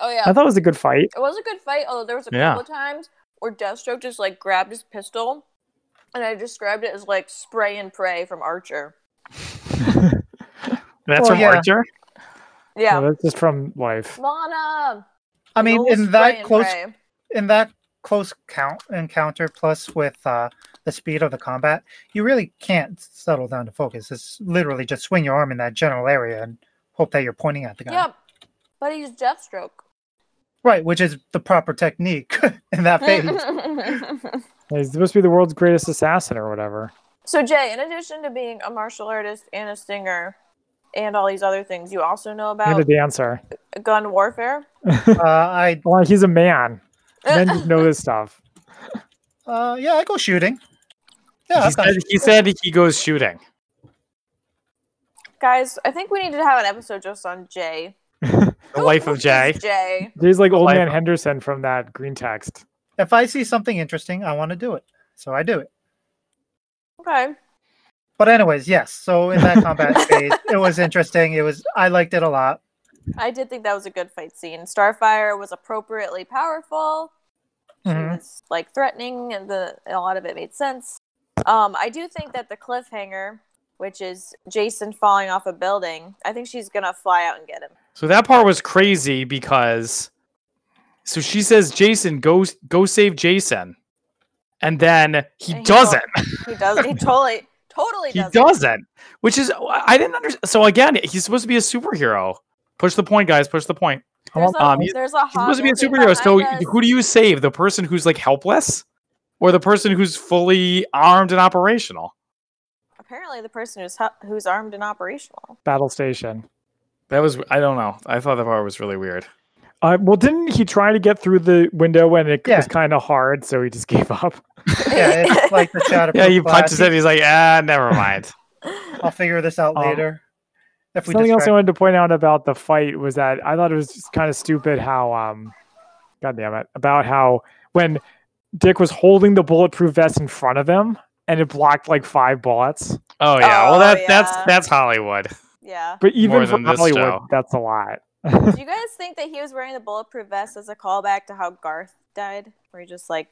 [SPEAKER 3] Oh yeah,
[SPEAKER 1] I thought it was a good fight.
[SPEAKER 3] It was a good fight, although there was a
[SPEAKER 2] Yeah.
[SPEAKER 3] couple of times where Deathstroke just like grabbed his pistol, and I described it as like spray and pray from Archer.
[SPEAKER 2] That's
[SPEAKER 4] Well,
[SPEAKER 2] from
[SPEAKER 4] yeah.
[SPEAKER 2] Archer.
[SPEAKER 3] Yeah,
[SPEAKER 1] No, that's just from life.
[SPEAKER 3] Lana.
[SPEAKER 4] I mean,
[SPEAKER 3] Joel
[SPEAKER 4] in
[SPEAKER 3] spray
[SPEAKER 4] that
[SPEAKER 3] and
[SPEAKER 4] close,
[SPEAKER 3] pray.
[SPEAKER 4] in that close count encounter, plus with uh, the speed of the combat, you really can't settle down to focus. It's literally just swing your arm in that general area and hope that you're pointing at the guy.
[SPEAKER 3] Yep, but he's Deathstroke.
[SPEAKER 4] Right, which is the proper technique in that phase.
[SPEAKER 1] He's supposed to be the world's greatest assassin or whatever.
[SPEAKER 3] so Jay, in addition to being a martial artist and a singer, and all these other things, you also know
[SPEAKER 1] And a
[SPEAKER 3] about
[SPEAKER 1] dancer.
[SPEAKER 3] gun warfare.
[SPEAKER 4] uh, I
[SPEAKER 1] Well, he's a man. Men just know this stuff.
[SPEAKER 4] uh, yeah, I go shooting. Yeah,
[SPEAKER 2] he,
[SPEAKER 4] I've gone
[SPEAKER 2] said, he said he goes shooting.
[SPEAKER 3] Guys, I think we need to have an episode just on Jay. Oh,
[SPEAKER 2] The life of Jay.
[SPEAKER 3] Jay.
[SPEAKER 1] He's like old
[SPEAKER 2] Life.
[SPEAKER 1] man Henderson from that green text.
[SPEAKER 4] If I see something interesting, I want to do it, so I do it.
[SPEAKER 3] Okay.
[SPEAKER 4] But anyways, yes. So in that combat phase, it was interesting. It was I liked it a lot.
[SPEAKER 3] I did think that was a good fight scene. Starfire was appropriately powerful. She
[SPEAKER 4] Mhm.
[SPEAKER 3] was like threatening, and the and a lot of it made sense. Um, I do think that the cliffhanger, which is Jason falling off a building, I think she's gonna fly out and get him.
[SPEAKER 2] So that part was crazy because so she says Jason go s- go save Jason. And then he
[SPEAKER 3] And he don't-
[SPEAKER 2] doesn't.
[SPEAKER 3] He does. He totally, totally
[SPEAKER 2] He
[SPEAKER 3] does.
[SPEAKER 2] doesn't. Which is I didn't understand. So again, he's supposed to be a superhero. Push the point, guys. Push the point.
[SPEAKER 3] There's a,
[SPEAKER 2] Um, you-
[SPEAKER 3] there's a
[SPEAKER 2] He's supposed to be a
[SPEAKER 3] hobgoblin
[SPEAKER 2] superhero. So
[SPEAKER 3] behind us.
[SPEAKER 2] who do you save? The person who's like helpless, or the person who's fully armed and operational?
[SPEAKER 3] Apparently, the person who's hu- who's armed and operational.
[SPEAKER 1] Battle Station.
[SPEAKER 2] That was I don't know. I thought that part was really weird.
[SPEAKER 1] Uh, well, didn't he try to get through the window when it
[SPEAKER 4] Yeah.
[SPEAKER 1] was kind of hard, so he just gave up?
[SPEAKER 4] Yeah, it's like the shadow.
[SPEAKER 2] Yeah, he
[SPEAKER 4] proof glass.
[SPEAKER 2] punches it. He's like, ah, never mind.
[SPEAKER 4] I'll figure this out
[SPEAKER 1] Um,
[SPEAKER 4] later. If we
[SPEAKER 1] Something else I
[SPEAKER 4] distract-
[SPEAKER 1] wanted to point out about the fight was that I thought it was just kind of stupid how, um, God damn it, about how when Dick was holding the bulletproof vest in front of him and it blocked like five bullets.
[SPEAKER 2] Oh yeah.
[SPEAKER 3] Oh,
[SPEAKER 2] well, that that's
[SPEAKER 3] yeah.
[SPEAKER 2] that's Hollywood.
[SPEAKER 3] yeah.
[SPEAKER 1] But even
[SPEAKER 2] More
[SPEAKER 1] for
[SPEAKER 2] than this
[SPEAKER 1] Hollywood,
[SPEAKER 2] show.
[SPEAKER 1] that's a lot.
[SPEAKER 3] Do you guys think that he was wearing the bulletproof vest as a callback to how Garth died, where he just like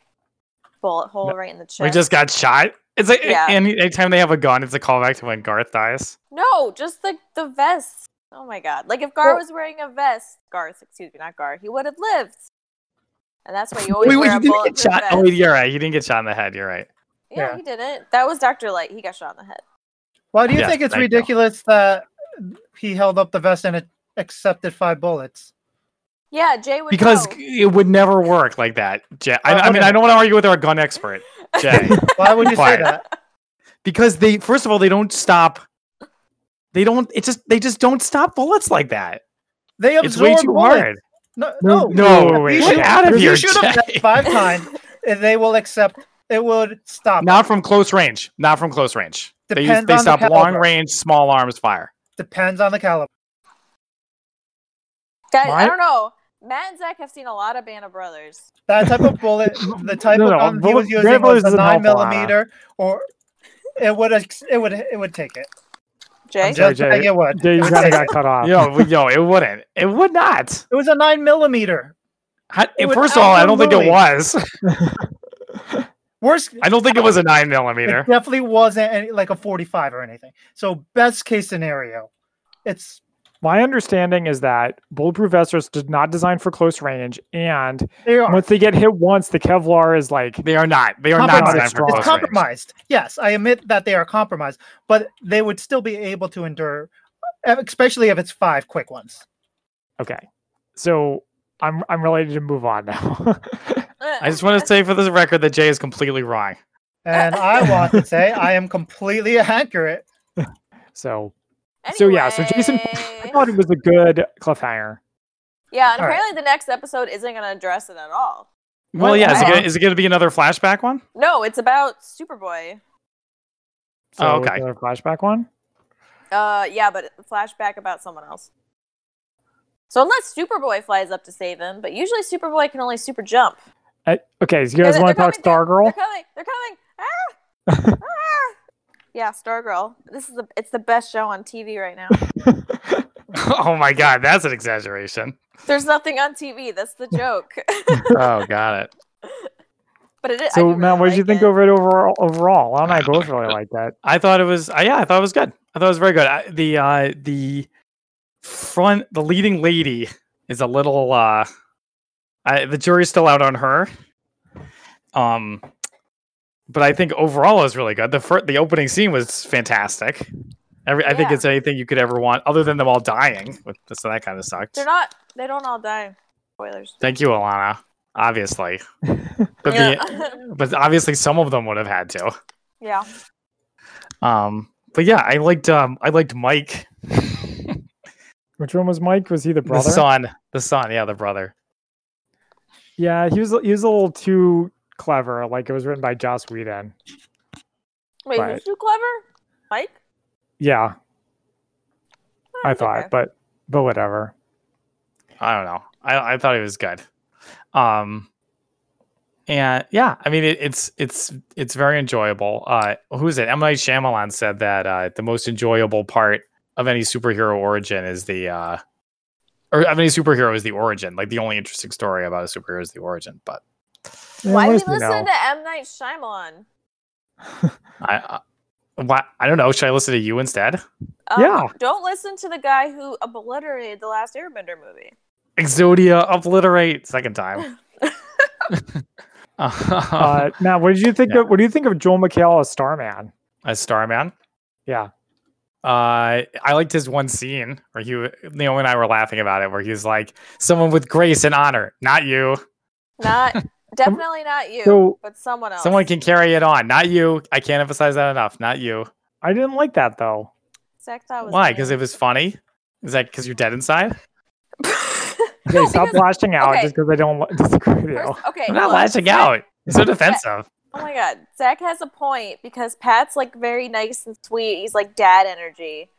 [SPEAKER 3] bullet hole
[SPEAKER 2] No,
[SPEAKER 3] right in the chest?
[SPEAKER 2] We just got shot. It's like
[SPEAKER 3] Yeah.
[SPEAKER 2] any anytime they have a gun, it's a callback to when Garth dies.
[SPEAKER 3] no, just the the vest. Oh my god! Like if Garth was wearing a vest, Garth, excuse me, not Garth, he would have lived. And that's why you always wear a bulletproof
[SPEAKER 2] shot.
[SPEAKER 3] vest.
[SPEAKER 2] Oh, wait, you're right. He didn't get shot in the head. You're right.
[SPEAKER 3] yeah,
[SPEAKER 4] yeah.
[SPEAKER 3] he didn't. That was Doctor Light. He got shot in the head.
[SPEAKER 4] Why do you
[SPEAKER 2] Yes,
[SPEAKER 4] think it's
[SPEAKER 2] thank you.
[SPEAKER 4] ridiculous that he held up the vest and it accepted five bullets?
[SPEAKER 3] Yeah, Jay would
[SPEAKER 2] Because
[SPEAKER 3] know.
[SPEAKER 2] it would never work like that. Jay. I,
[SPEAKER 4] Uh,
[SPEAKER 2] I mean,
[SPEAKER 4] whatever.
[SPEAKER 2] I don't want to argue with our gun expert, Jay.
[SPEAKER 4] Why would you say
[SPEAKER 2] Quiet.
[SPEAKER 4] that?
[SPEAKER 2] because they first of all they don't stop they don't it just they just don't stop bullets like that
[SPEAKER 4] They
[SPEAKER 2] it's way
[SPEAKER 4] absorb
[SPEAKER 2] too
[SPEAKER 4] bullets.
[SPEAKER 2] hard
[SPEAKER 4] No,
[SPEAKER 1] No,
[SPEAKER 4] no,
[SPEAKER 2] no,
[SPEAKER 4] You
[SPEAKER 2] wait,
[SPEAKER 4] shoot-
[SPEAKER 2] get out of
[SPEAKER 4] you
[SPEAKER 2] here,
[SPEAKER 4] shoot 'em
[SPEAKER 2] Jay.
[SPEAKER 4] five times, and they will accept. It would stop.
[SPEAKER 2] not from close range not from close range they, use,
[SPEAKER 4] Depends
[SPEAKER 2] they
[SPEAKER 4] on the
[SPEAKER 2] stop long
[SPEAKER 4] caliber.
[SPEAKER 2] range small arms fire
[SPEAKER 4] Depends on the caliber.
[SPEAKER 3] Guys,
[SPEAKER 2] Why-
[SPEAKER 3] I don't know. Matt and Zach have seen a lot of Band of Brothers.
[SPEAKER 4] That type of bullet, the type
[SPEAKER 1] No,
[SPEAKER 4] of
[SPEAKER 1] no,
[SPEAKER 4] gun he
[SPEAKER 1] bullet-
[SPEAKER 4] was using
[SPEAKER 1] Grand
[SPEAKER 4] was
[SPEAKER 1] Bullets
[SPEAKER 4] a
[SPEAKER 1] doesn't help
[SPEAKER 4] nine
[SPEAKER 1] a lot.
[SPEAKER 4] millimeter, or it would ex- it would it would take it.
[SPEAKER 3] Jay,
[SPEAKER 1] Jay,
[SPEAKER 4] Just like it would.
[SPEAKER 1] Jay, you
[SPEAKER 4] It would
[SPEAKER 1] kind of
[SPEAKER 4] take
[SPEAKER 1] got
[SPEAKER 4] it.
[SPEAKER 1] cut off.
[SPEAKER 2] yo we- yo it wouldn't it would not
[SPEAKER 4] It was a nine millimeter.
[SPEAKER 2] How-
[SPEAKER 4] It would
[SPEAKER 2] first of all i don't think it
[SPEAKER 4] absolutely-
[SPEAKER 2] was
[SPEAKER 4] Worst,
[SPEAKER 2] i don't think it was a nine
[SPEAKER 4] it
[SPEAKER 2] millimeter
[SPEAKER 4] definitely wasn't any, like a forty-five or anything. So best case scenario, it's
[SPEAKER 1] My understanding is that bulletproof vests did not design for close range, and
[SPEAKER 4] they are.
[SPEAKER 1] once they get hit once, the Kevlar is like
[SPEAKER 2] they are not they are not
[SPEAKER 4] Compromise.
[SPEAKER 2] designed for
[SPEAKER 1] It's
[SPEAKER 2] close
[SPEAKER 4] It's
[SPEAKER 2] range.
[SPEAKER 4] compromised. Yes, I admit that they are compromised, but they would still be able to endure, e, especially if it's five quick ones.
[SPEAKER 1] okay. So I'm I'm ready to move on now.
[SPEAKER 2] i just want to say for this record that jay is completely wrong
[SPEAKER 4] And I want to say I am completely accurate.
[SPEAKER 1] so so yeah, so Jason- I thought it was a good
[SPEAKER 2] Oh,
[SPEAKER 1] cliffhanger.
[SPEAKER 3] yeah, and
[SPEAKER 4] All right.
[SPEAKER 3] apparently the next episode isn't going to address it at all.
[SPEAKER 2] well
[SPEAKER 1] What-
[SPEAKER 2] yeah is it
[SPEAKER 3] wow.
[SPEAKER 2] gonna, is it gonna be another flashback one
[SPEAKER 3] No, it's about Superboy.
[SPEAKER 1] So
[SPEAKER 2] Oh,
[SPEAKER 1] it's
[SPEAKER 2] okay.
[SPEAKER 1] another flashback one.
[SPEAKER 3] Uh, yeah, but a flashback about someone else. So unless Superboy flies up to save him, but usually Superboy can only super jump.
[SPEAKER 1] Uh, okay, so you guys
[SPEAKER 3] They're-
[SPEAKER 1] want to
[SPEAKER 3] they're
[SPEAKER 1] talk
[SPEAKER 3] coming, they're- They're
[SPEAKER 1] Stargirl?
[SPEAKER 3] coming. They're coming. Ah! ah! Yeah, Stargirl. This is the it's the best show on TV right now.
[SPEAKER 2] oh my god that's an exaggeration
[SPEAKER 3] There's nothing on TV. That's the joke.
[SPEAKER 2] oh got it
[SPEAKER 3] but it is. I
[SPEAKER 1] So
[SPEAKER 3] do
[SPEAKER 1] Matt,
[SPEAKER 3] really
[SPEAKER 1] what did you
[SPEAKER 3] like
[SPEAKER 1] think
[SPEAKER 3] it.
[SPEAKER 1] over it overall? Overall, I and I both really like that.
[SPEAKER 2] I thought it was. Uh, yeah, I thought it was good. I thought it was very good. I, the uh, the front, the leading lady is a little. uh I, The jury's still out on her. Um, but I think overall it was really good. The fir- the opening scene was fantastic. Every, I think
[SPEAKER 3] Yeah.
[SPEAKER 2] it's anything you could ever want, other than them all dying. Which, so that kind of sucked.
[SPEAKER 3] They're not. They don't all die. Spoilers.
[SPEAKER 2] Thank you, Alana. Obviously, but
[SPEAKER 3] yeah.
[SPEAKER 2] the, but obviously some of them would have had to.
[SPEAKER 3] yeah.
[SPEAKER 2] Um, but yeah, I liked um, I liked Mike.
[SPEAKER 1] Which one was Mike? Was he the brother?
[SPEAKER 2] The son, the son, yeah, the brother.
[SPEAKER 1] Yeah, he was he was a little too clever. Like it was written by Joss Whedon.
[SPEAKER 3] Wait,
[SPEAKER 1] Right.
[SPEAKER 3] who's too clever? Mike.
[SPEAKER 1] Yeah,
[SPEAKER 3] Oh,
[SPEAKER 1] I
[SPEAKER 3] it's
[SPEAKER 1] thought,
[SPEAKER 3] okay.
[SPEAKER 1] but but whatever.
[SPEAKER 2] I don't know. I I thought he was good. Um, And yeah, I mean it, it's it's it's very enjoyable. Uh, who is it? M Night Shyamalan said that uh, the most enjoyable part of any superhero origin is the uh, or of any superhero is the origin. Like the only interesting story about a superhero is the origin. But
[SPEAKER 1] Yeah,
[SPEAKER 3] Why
[SPEAKER 1] what
[SPEAKER 3] do you
[SPEAKER 1] does he
[SPEAKER 3] listen
[SPEAKER 1] know?
[SPEAKER 3] to M Night Shyamalan?
[SPEAKER 2] I, I why I don't know. Should I listen to you instead?
[SPEAKER 3] Um,
[SPEAKER 1] Yeah.
[SPEAKER 3] Don't listen to the guy who obliterated the last Airbender movie.
[SPEAKER 2] Exodia obliterate second time. uh,
[SPEAKER 1] Uh, now, what did you think
[SPEAKER 2] Yeah.
[SPEAKER 1] of? What do you think of Joel McHale as Starman?
[SPEAKER 2] a Starman.
[SPEAKER 1] Yeah.
[SPEAKER 2] Uh, I liked his one scene where he, w- Naomi and I were laughing about it, where he's like, "Someone with grace and honor, not you.
[SPEAKER 3] Not definitely not you,
[SPEAKER 1] So-
[SPEAKER 3] but someone else.
[SPEAKER 2] Someone can carry it on, not you. I can't emphasize that enough, not you.
[SPEAKER 1] I didn't like that though.
[SPEAKER 3] Zach thought it was
[SPEAKER 2] Why?
[SPEAKER 3] me.
[SPEAKER 2] Because it was funny. Is that because you're dead inside?
[SPEAKER 1] Okay, stop
[SPEAKER 3] because-
[SPEAKER 1] lashing out
[SPEAKER 3] okay.
[SPEAKER 1] just because I don't li- disagree with you.
[SPEAKER 3] First- okay,
[SPEAKER 2] I'm not
[SPEAKER 3] look,
[SPEAKER 2] lashing
[SPEAKER 3] Zach-
[SPEAKER 2] out. It's so defensive.
[SPEAKER 3] Oh my god, Zach has a point because Pat's like very nice and sweet. He's like dad energy,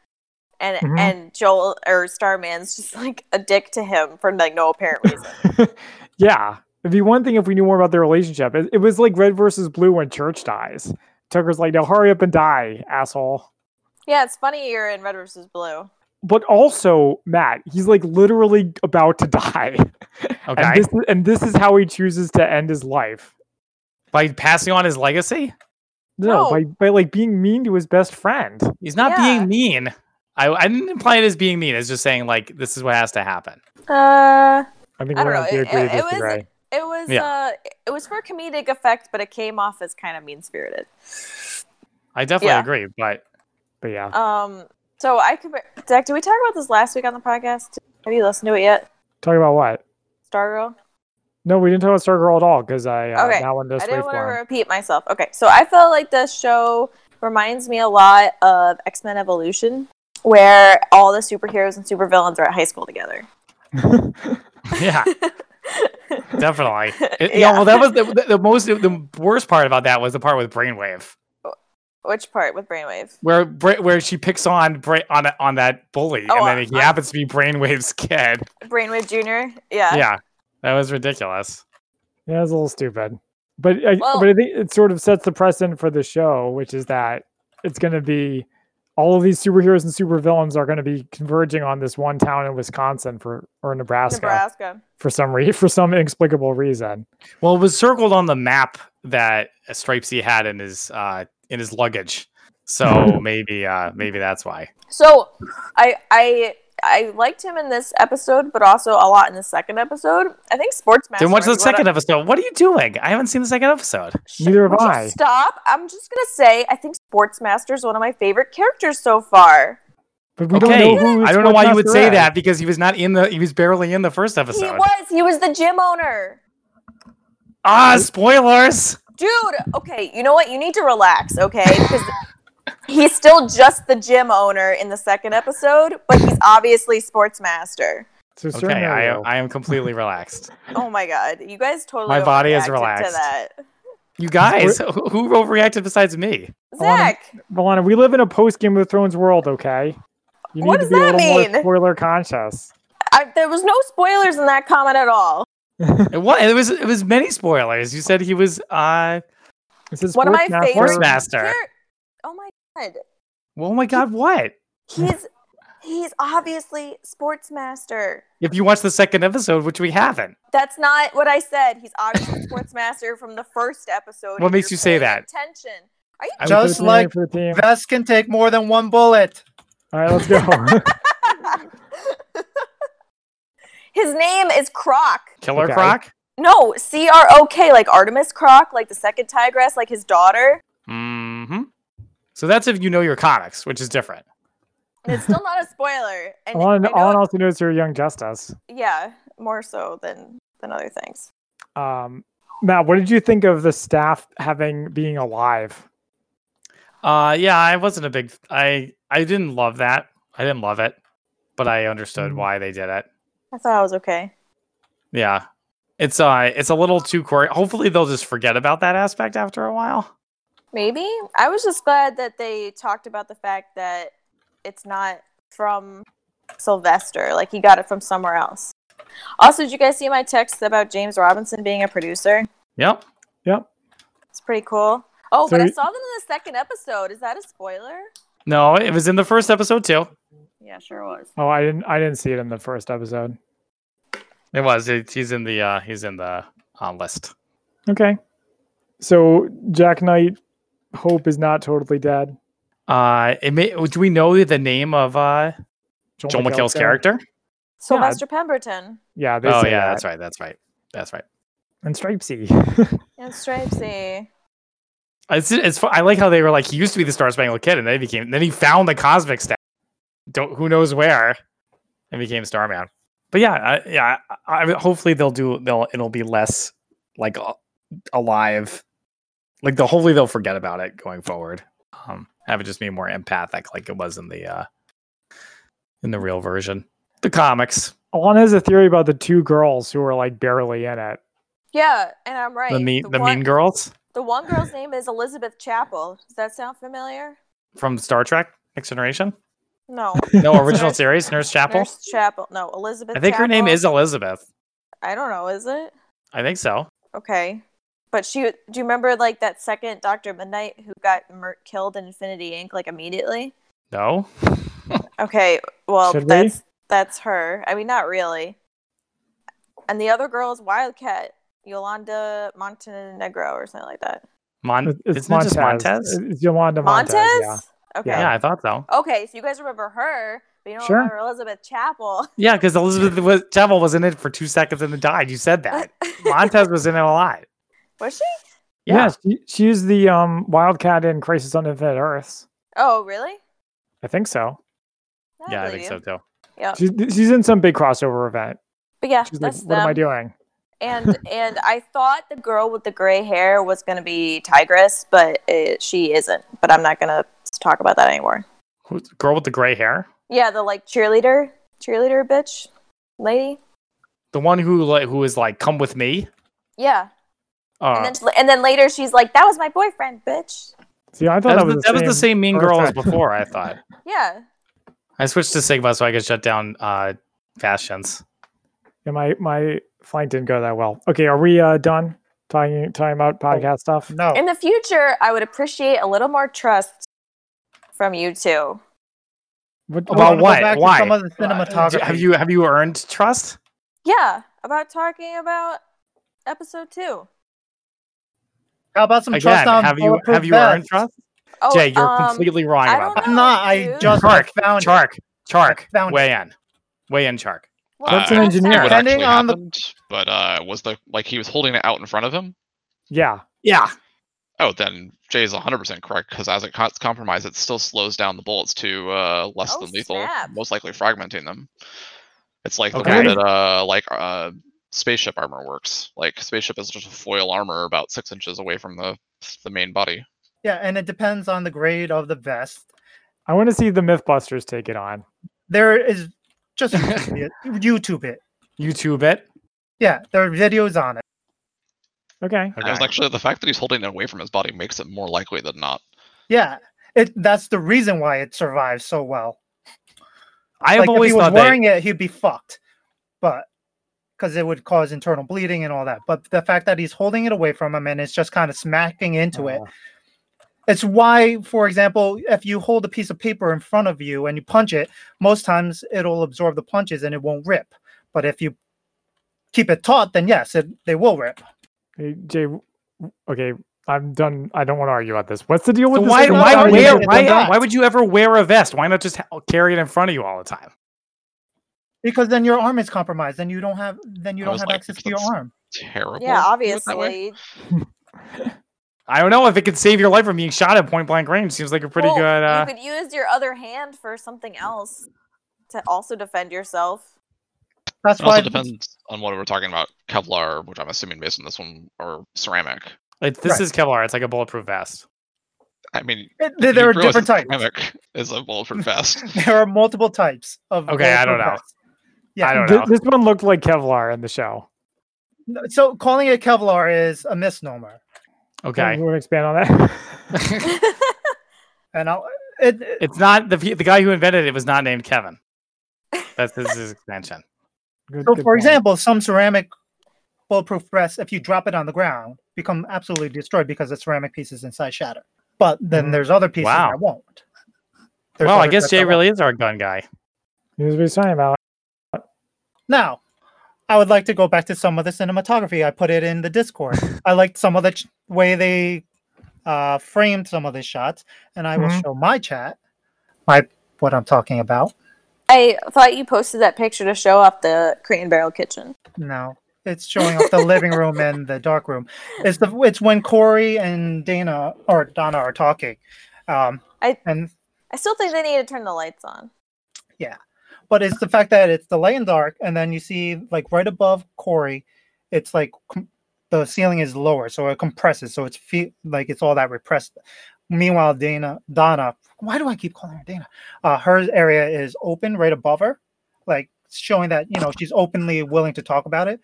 [SPEAKER 3] and
[SPEAKER 1] Mhm.
[SPEAKER 3] and Joel or Starman's just like a dick to him for like no apparent reason.
[SPEAKER 1] yeah. It'd be one thing if we knew more about their relationship. It, it was like red versus blue when Church dies. Tucker's like, now hurry up and die, asshole.
[SPEAKER 3] yeah, it's funny you're in Red versus Blue.
[SPEAKER 1] But also, Matt, he's like literally about to die.
[SPEAKER 2] Okay.
[SPEAKER 1] And, this, and this is how he chooses to end his life.
[SPEAKER 2] By passing on his legacy,
[SPEAKER 1] No,
[SPEAKER 3] No.
[SPEAKER 1] By, by like being mean to his best friend.
[SPEAKER 2] he's not
[SPEAKER 3] Yeah.
[SPEAKER 2] being mean. I, I didn't imply it as being mean. It's just saying like this is what has to happen.
[SPEAKER 3] Uh,
[SPEAKER 1] I think
[SPEAKER 3] I
[SPEAKER 1] we're going
[SPEAKER 3] don't know,
[SPEAKER 1] to
[SPEAKER 3] it-
[SPEAKER 1] agree
[SPEAKER 3] it- it was-
[SPEAKER 1] disagree.
[SPEAKER 3] it was
[SPEAKER 2] Yeah.
[SPEAKER 3] uh, it was for comedic effect, but it came off as kind of mean spirited.
[SPEAKER 2] I definitely
[SPEAKER 3] Yeah.
[SPEAKER 2] agree, but
[SPEAKER 1] But yeah.
[SPEAKER 3] Um, so I could Zach, did we talk about this last week on the podcast? Have you listened to it yet,
[SPEAKER 1] Talking about what?
[SPEAKER 3] Stargirl?
[SPEAKER 1] No, we didn't talk about Stargirl at all because I uh,
[SPEAKER 3] Okay,
[SPEAKER 1] now want to
[SPEAKER 3] I
[SPEAKER 1] wait
[SPEAKER 3] didn't want to
[SPEAKER 1] for him.
[SPEAKER 3] repeat myself. Okay, so I felt like the show reminds me a lot of X Men Evolution, where all the superheroes and supervillains are at high school together.
[SPEAKER 2] yeah. Definitely. It-
[SPEAKER 3] Yeah.
[SPEAKER 2] Yeah. Well, that was the, the, the most the worst part about that was the part with Brainwave,
[SPEAKER 3] Which part with Brainwave?
[SPEAKER 2] where Bra- where she picks on Bra- on a- on that bully,
[SPEAKER 3] Oh,
[SPEAKER 2] and then
[SPEAKER 3] uh,
[SPEAKER 2] he
[SPEAKER 3] uh.
[SPEAKER 2] happens to be Brainwave's kid.
[SPEAKER 3] Brainwave Junior? Yeah.
[SPEAKER 2] yeah, that was ridiculous.
[SPEAKER 1] Yeah, it's a little stupid. But I,
[SPEAKER 3] Well-
[SPEAKER 1] but I think it sort of sets the precedent for the show, which is that it's going to be all of these superheroes and supervillains are going to be converging on this one town in Wisconsin for or Nebraska,
[SPEAKER 3] Nebraska.
[SPEAKER 1] for some re- for some inexplicable reason.
[SPEAKER 2] Well, it was circled on the map that Stripesy had in his uh in his luggage, so maybe uh maybe that's why.
[SPEAKER 3] So, I I I liked him in this episode, but also a lot in the second episode. I think Sportsmaster.
[SPEAKER 2] Then watch
[SPEAKER 3] might be one
[SPEAKER 2] the
[SPEAKER 3] of-
[SPEAKER 2] second episode. What are you doing? I haven't seen the second episode.
[SPEAKER 3] Sh-
[SPEAKER 1] Neither have
[SPEAKER 3] would you
[SPEAKER 1] I.
[SPEAKER 3] Stop! I'm just gonna say I think Sportsmaster is one of my favorite characters so far.
[SPEAKER 1] But we
[SPEAKER 2] okay,
[SPEAKER 1] don't know who
[SPEAKER 2] I don't know why you would
[SPEAKER 1] Sportmaster
[SPEAKER 2] say
[SPEAKER 1] is.
[SPEAKER 2] that because he was not in the he was barely in the first episode.
[SPEAKER 3] He was. He was the gym owner.
[SPEAKER 2] Ah, spoilers.
[SPEAKER 3] Dude, okay, you know what? You need to relax, okay? Because he's still just the gym owner in the second episode, but he's obviously Sportsmaster.
[SPEAKER 1] So
[SPEAKER 2] Okay,
[SPEAKER 1] certainly,
[SPEAKER 2] I, I am completely relaxed.
[SPEAKER 3] Oh my god, you guys totally
[SPEAKER 2] My body is
[SPEAKER 3] overreacted
[SPEAKER 2] relaxed.
[SPEAKER 3] to that.
[SPEAKER 2] You guys, who, who overreacted besides me?
[SPEAKER 1] wanna-
[SPEAKER 3] Zach,
[SPEAKER 1] Milana, we live in a post Game of Thrones world, okay? You
[SPEAKER 3] What
[SPEAKER 1] need
[SPEAKER 3] does
[SPEAKER 1] to be
[SPEAKER 3] that
[SPEAKER 1] a little
[SPEAKER 3] mean?
[SPEAKER 1] more spoiler conscious.
[SPEAKER 3] I, there was no spoilers in that comment at all.
[SPEAKER 2] It was it was it was many spoilers. You said he was uh
[SPEAKER 1] This is
[SPEAKER 3] One of my
[SPEAKER 1] Sportsmaster-
[SPEAKER 3] favorite-
[SPEAKER 2] Sportsmaster.
[SPEAKER 3] Here- oh my god,
[SPEAKER 2] Well, oh my god, what?
[SPEAKER 3] he's he's obviously Sportsmaster.
[SPEAKER 2] If you watch the second episode, which we haven't.
[SPEAKER 3] That's not what I said. He's obviously Sportsmaster from the first episode.
[SPEAKER 2] What
[SPEAKER 3] if
[SPEAKER 2] makes
[SPEAKER 3] you're
[SPEAKER 2] you say
[SPEAKER 3] paying
[SPEAKER 2] that?
[SPEAKER 3] Attention.
[SPEAKER 2] I was-
[SPEAKER 1] for the
[SPEAKER 4] Just
[SPEAKER 1] team,
[SPEAKER 4] like-
[SPEAKER 1] for the team.
[SPEAKER 4] Vest can take more than one bullet.
[SPEAKER 1] All right, let's go.
[SPEAKER 3] His name is Croc.
[SPEAKER 2] Killer
[SPEAKER 1] Okay.
[SPEAKER 2] Croc?
[SPEAKER 3] No, C R O K, like Artemis Croc, like the second tigress, like his daughter.
[SPEAKER 2] Mm-hmm. So that's if you know your comics, which is different.
[SPEAKER 3] And it's still not a spoiler. And
[SPEAKER 1] all in
[SPEAKER 3] I know-
[SPEAKER 1] all, in all, she knows you're Young Justice.
[SPEAKER 3] yeah, more so than than other things.
[SPEAKER 1] Um, Matt, what did you think of the staff having being alive?
[SPEAKER 2] Uh yeah, I wasn't a big I I didn't love that. I didn't love it, but I understood
[SPEAKER 1] Mm.
[SPEAKER 2] why they did it.
[SPEAKER 3] I thought I was okay.
[SPEAKER 2] Yeah. It's uh it's a little too quirky. Hopefully they'll just forget about that aspect after a while.
[SPEAKER 3] Maybe I was just glad that they talked about the fact that it's not from Sylvester. Like he got it from somewhere else. Also, did you guys see my text about James Robinson being a producer?
[SPEAKER 2] Yep.
[SPEAKER 1] Yep.
[SPEAKER 3] It's pretty cool. Oh,
[SPEAKER 1] So
[SPEAKER 3] but I
[SPEAKER 1] you-
[SPEAKER 3] saw them in the second episode. Is that a spoiler?
[SPEAKER 2] No, it was in the first episode too.
[SPEAKER 3] Yeah, sure was.
[SPEAKER 1] Oh, I didn't. I didn't see it in the first episode.
[SPEAKER 2] It was. It, he's in the uh he's in the uh, list.
[SPEAKER 1] Okay. So Jack Knight, Hope is not totally dead.
[SPEAKER 2] Uh, it may, do we know the name of uh Joel McHale's character?
[SPEAKER 3] Sylvester Pemberton
[SPEAKER 1] Yeah. They
[SPEAKER 2] Oh
[SPEAKER 1] say
[SPEAKER 2] yeah,
[SPEAKER 1] that.
[SPEAKER 2] that's right. That's right. That's right.
[SPEAKER 1] And Stripesy.
[SPEAKER 3] and Stripesy.
[SPEAKER 2] It's, it's fu- I like how they were like he used to be the Star Spangled Kid and then he became then he found the cosmic staff. Don't who knows where and became Starman. But yeah, I, yeah. I, I, hopefully they'll do they'll it'll be less like a- alive. Like they'll hopefully they'll forget about it going forward. Um, have it just be more empathic like it was in the uh in the real version. The comics,
[SPEAKER 1] Alana has a theory about the two girls who are like barely in it.
[SPEAKER 3] Yeah, and I'm right.
[SPEAKER 2] the mean the,
[SPEAKER 3] one,
[SPEAKER 2] mean girls
[SPEAKER 3] The one girl's name is Elizabeth Chapel. Does that sound familiar?
[SPEAKER 2] from Star Trek Next Generation.
[SPEAKER 3] No.
[SPEAKER 2] No original
[SPEAKER 3] Nurse-
[SPEAKER 2] series, Nurse Chapel.
[SPEAKER 3] Nurse Chapel. No, Elizabeth.
[SPEAKER 2] I think her name
[SPEAKER 3] Chapel.
[SPEAKER 2] is Elizabeth.
[SPEAKER 3] I don't know. Is it?
[SPEAKER 2] I think so.
[SPEAKER 3] Okay. But she, do you remember like that second Doctor Midnight who got mur- killed in Infinity Inc. like immediately?
[SPEAKER 2] No.
[SPEAKER 3] Okay, well
[SPEAKER 1] Should we?
[SPEAKER 3] that's that's her. I mean, not really. And the other girl is Wildcat Yolanda Montenegro or something like that.
[SPEAKER 2] Mon-
[SPEAKER 1] It-
[SPEAKER 2] it's not just
[SPEAKER 4] Uh,
[SPEAKER 2] Montez.
[SPEAKER 1] It's Yolanda Montez.
[SPEAKER 3] Montez.
[SPEAKER 1] yeah.
[SPEAKER 3] Okay.
[SPEAKER 2] Yeah, I thought so.
[SPEAKER 3] Okay, so you guys remember her, but you don't
[SPEAKER 1] Sure.
[SPEAKER 3] remember Elizabeth Chapel.
[SPEAKER 2] Yeah, because Elizabeth was, Chapel was in it for two seconds and then died. You said that. Montez was in it a lot.
[SPEAKER 3] Was she?
[SPEAKER 1] Yeah.
[SPEAKER 2] Yeah.
[SPEAKER 1] she, she's the um, Wildcat in Crisis on Infinite Earths.
[SPEAKER 3] Oh, really?
[SPEAKER 1] I think so.
[SPEAKER 3] I
[SPEAKER 2] Yeah, I
[SPEAKER 3] believe
[SPEAKER 2] think so
[SPEAKER 3] you.
[SPEAKER 2] too.
[SPEAKER 3] Yeah.
[SPEAKER 1] She's, she's in some big crossover event.
[SPEAKER 3] But yeah,
[SPEAKER 1] She's like,
[SPEAKER 3] that's
[SPEAKER 1] what am I
[SPEAKER 3] them.
[SPEAKER 1] doing?
[SPEAKER 3] and and I thought the girl with the gray hair was gonna be Tigress, but it, she isn't. But I'm not gonna talk about that anymore.
[SPEAKER 2] Who's the girl with the gray hair?
[SPEAKER 3] Yeah, the like cheerleader, cheerleader bitch, lady.
[SPEAKER 2] The one who like who is like, come with me.
[SPEAKER 3] Yeah,
[SPEAKER 2] Uh,
[SPEAKER 3] and then and then later she's like, "That was my boyfriend, bitch."
[SPEAKER 1] See, I thought
[SPEAKER 2] that,
[SPEAKER 1] that,
[SPEAKER 2] was the, that was the same mean
[SPEAKER 1] first
[SPEAKER 2] girl as
[SPEAKER 1] time.
[SPEAKER 2] before, I thought.
[SPEAKER 3] Yeah,
[SPEAKER 2] I switched to Sigma so I could shut down uh fashions.
[SPEAKER 1] Yeah, my my flank didn't go that well. Okay, are we uh, done talking talking
[SPEAKER 2] Oh,
[SPEAKER 1] about podcast stuff?
[SPEAKER 4] No.
[SPEAKER 3] in the future, I would appreciate a little more trust from you two.
[SPEAKER 1] What, what-
[SPEAKER 4] I
[SPEAKER 2] Well,
[SPEAKER 4] wanna go
[SPEAKER 2] why-
[SPEAKER 4] back to
[SPEAKER 2] why?
[SPEAKER 4] Some of the
[SPEAKER 2] Uh,
[SPEAKER 4] cinematography.
[SPEAKER 2] Have you have you earned trust?
[SPEAKER 3] Yeah, about talking about episode two.
[SPEAKER 4] How about some trust
[SPEAKER 2] Again,
[SPEAKER 4] on
[SPEAKER 2] have you
[SPEAKER 4] bulletproof
[SPEAKER 2] have you earned
[SPEAKER 4] vests?
[SPEAKER 2] trust?
[SPEAKER 3] Oh,
[SPEAKER 2] Jay, you're
[SPEAKER 3] um,
[SPEAKER 2] completely wrong
[SPEAKER 3] I
[SPEAKER 2] about
[SPEAKER 3] don't
[SPEAKER 2] that.
[SPEAKER 4] I'm not. I
[SPEAKER 3] Dude.
[SPEAKER 4] just
[SPEAKER 2] Chark,
[SPEAKER 4] found it.
[SPEAKER 2] Chark, Chark,
[SPEAKER 4] Found it.
[SPEAKER 2] weigh in, weigh in, Chark.
[SPEAKER 3] well,
[SPEAKER 1] That's an
[SPEAKER 3] last
[SPEAKER 1] engineer.
[SPEAKER 3] time-
[SPEAKER 5] what
[SPEAKER 4] Depending
[SPEAKER 5] actually
[SPEAKER 4] on the-
[SPEAKER 5] happened, but uh, was the like he was holding it out in front of him?
[SPEAKER 1] yeah,
[SPEAKER 2] Yeah,
[SPEAKER 5] Oh, then Jay's 100% correct because as it co- compromise, it still slows down the bullets to uh, less
[SPEAKER 3] Oh,
[SPEAKER 5] than lethal,
[SPEAKER 3] snap.
[SPEAKER 5] most likely fragmenting them. It's like
[SPEAKER 2] Okay.
[SPEAKER 5] the way that uh, like uh, spaceship armor works. Like spaceship is just a foil armor about six inches away from the the main body.
[SPEAKER 4] Yeah, and it depends on the grade of the vest.
[SPEAKER 1] I want to see the MythBusters take it on.
[SPEAKER 4] There is just YouTube it. YouTube it.
[SPEAKER 2] YouTube it.
[SPEAKER 4] Yeah, there are videos on it.
[SPEAKER 1] Okay,
[SPEAKER 5] It was actually the fact that he's holding it away from his body makes it more likely than not.
[SPEAKER 4] Yeah, it. That's the reason why it survives so well.
[SPEAKER 2] I have
[SPEAKER 4] like if
[SPEAKER 2] always
[SPEAKER 4] he was
[SPEAKER 2] thought that.
[SPEAKER 4] wearing it, he'd be fucked. But because it would cause internal bleeding and all that. But the fact that he's holding it away from him and it's just kind of smacking into it.
[SPEAKER 1] Uh,
[SPEAKER 2] Ah.
[SPEAKER 4] It's why, for example, if you hold a piece of paper in front of you and you punch it, most times it'll absorb the punches and it won't rip. But if you keep it taut, then yes, it, they will rip.
[SPEAKER 1] hey, Jay. w- Okay, I'm done. I don't want to argue about this. What's the deal
[SPEAKER 2] So
[SPEAKER 1] with this?
[SPEAKER 2] why,
[SPEAKER 4] is not
[SPEAKER 1] Sigma
[SPEAKER 2] why,
[SPEAKER 4] an
[SPEAKER 1] Tau
[SPEAKER 2] wear,
[SPEAKER 1] unit?
[SPEAKER 4] argument,
[SPEAKER 2] why,
[SPEAKER 4] it's not.
[SPEAKER 2] why would you ever wear a vest? Why not just ha- carry it in front of you all the time?
[SPEAKER 4] Because then your arm is compromised, and you don't have then you
[SPEAKER 5] I
[SPEAKER 4] don't
[SPEAKER 5] was
[SPEAKER 4] have
[SPEAKER 5] like,
[SPEAKER 4] access to your
[SPEAKER 5] that's-
[SPEAKER 4] arm.
[SPEAKER 5] Terrible.
[SPEAKER 3] Yeah,
[SPEAKER 5] to do it that way.
[SPEAKER 3] obviously.
[SPEAKER 2] I don't know if it could save your life from being shot at point blank range. Seems like a pretty
[SPEAKER 3] Well,
[SPEAKER 2] good. Uh,
[SPEAKER 3] You could use your other hand for something else to also defend yourself.
[SPEAKER 4] That's
[SPEAKER 5] It
[SPEAKER 4] why
[SPEAKER 5] also depends on what we're talking about. Kevlar, which I'm assuming based on this one, or ceramic.
[SPEAKER 2] it- this
[SPEAKER 4] right.
[SPEAKER 2] is Kevlar. It's like a bulletproof vest.
[SPEAKER 5] I mean,
[SPEAKER 4] it- there, there
[SPEAKER 5] you
[SPEAKER 4] are
[SPEAKER 5] realize
[SPEAKER 4] different
[SPEAKER 5] that
[SPEAKER 4] types.
[SPEAKER 5] Ceramic is a bulletproof vest.
[SPEAKER 4] There are multiple types of.
[SPEAKER 2] Okay, I don't
[SPEAKER 4] bulletproof
[SPEAKER 2] know.
[SPEAKER 4] vests. Yeah,
[SPEAKER 2] I don't
[SPEAKER 1] Th-
[SPEAKER 2] know.
[SPEAKER 1] This one looked like Kevlar in the show.
[SPEAKER 4] No, So calling it Kevlar is a misnomer,
[SPEAKER 1] we
[SPEAKER 2] Okay,
[SPEAKER 1] want to expand on that.
[SPEAKER 4] and I'll. It, it-
[SPEAKER 2] it's not the pe- the guy who invented it was not named Kevin. That's this is his extension.
[SPEAKER 1] Good-
[SPEAKER 4] so,
[SPEAKER 1] good
[SPEAKER 4] for
[SPEAKER 1] point.
[SPEAKER 4] example, some ceramic bulletproof vests, if you drop it on the ground, become absolutely destroyed because the ceramic pieces inside shatter. But then there's other pieces
[SPEAKER 2] Mm-hmm. Wow.
[SPEAKER 4] that won't. There's
[SPEAKER 2] Well, I
[SPEAKER 4] other
[SPEAKER 2] guess
[SPEAKER 4] sets that
[SPEAKER 2] Jay
[SPEAKER 4] won't.
[SPEAKER 2] really is our gun guy.
[SPEAKER 1] Here's what he's talking about.
[SPEAKER 4] Now, I would like to go back to some of the cinematography. I put it in the Discord. I liked some of the ch- way they uh, framed some of the shots, and I will
[SPEAKER 1] Mhm.
[SPEAKER 4] show my chat my what I'm talking about.
[SPEAKER 3] I thought you posted that picture to show off the Crate and Barrel kitchen.
[SPEAKER 4] No, it's showing off the living room and the dark room. It's the it's when Corey and Dana or Donna are talking, um,
[SPEAKER 3] I-
[SPEAKER 4] and
[SPEAKER 3] I still think they need to turn the lights on.
[SPEAKER 4] but it's the fact that it's the light and dark, and then you see like right above Corey, it's like com- the ceiling is lower, so it compresses, so it's fe- like it's all that repressed. Meanwhile, Dana, Donna, why do I keep calling her Dana? Uh, her area is open right above her, like showing that you know she's openly willing to talk about it.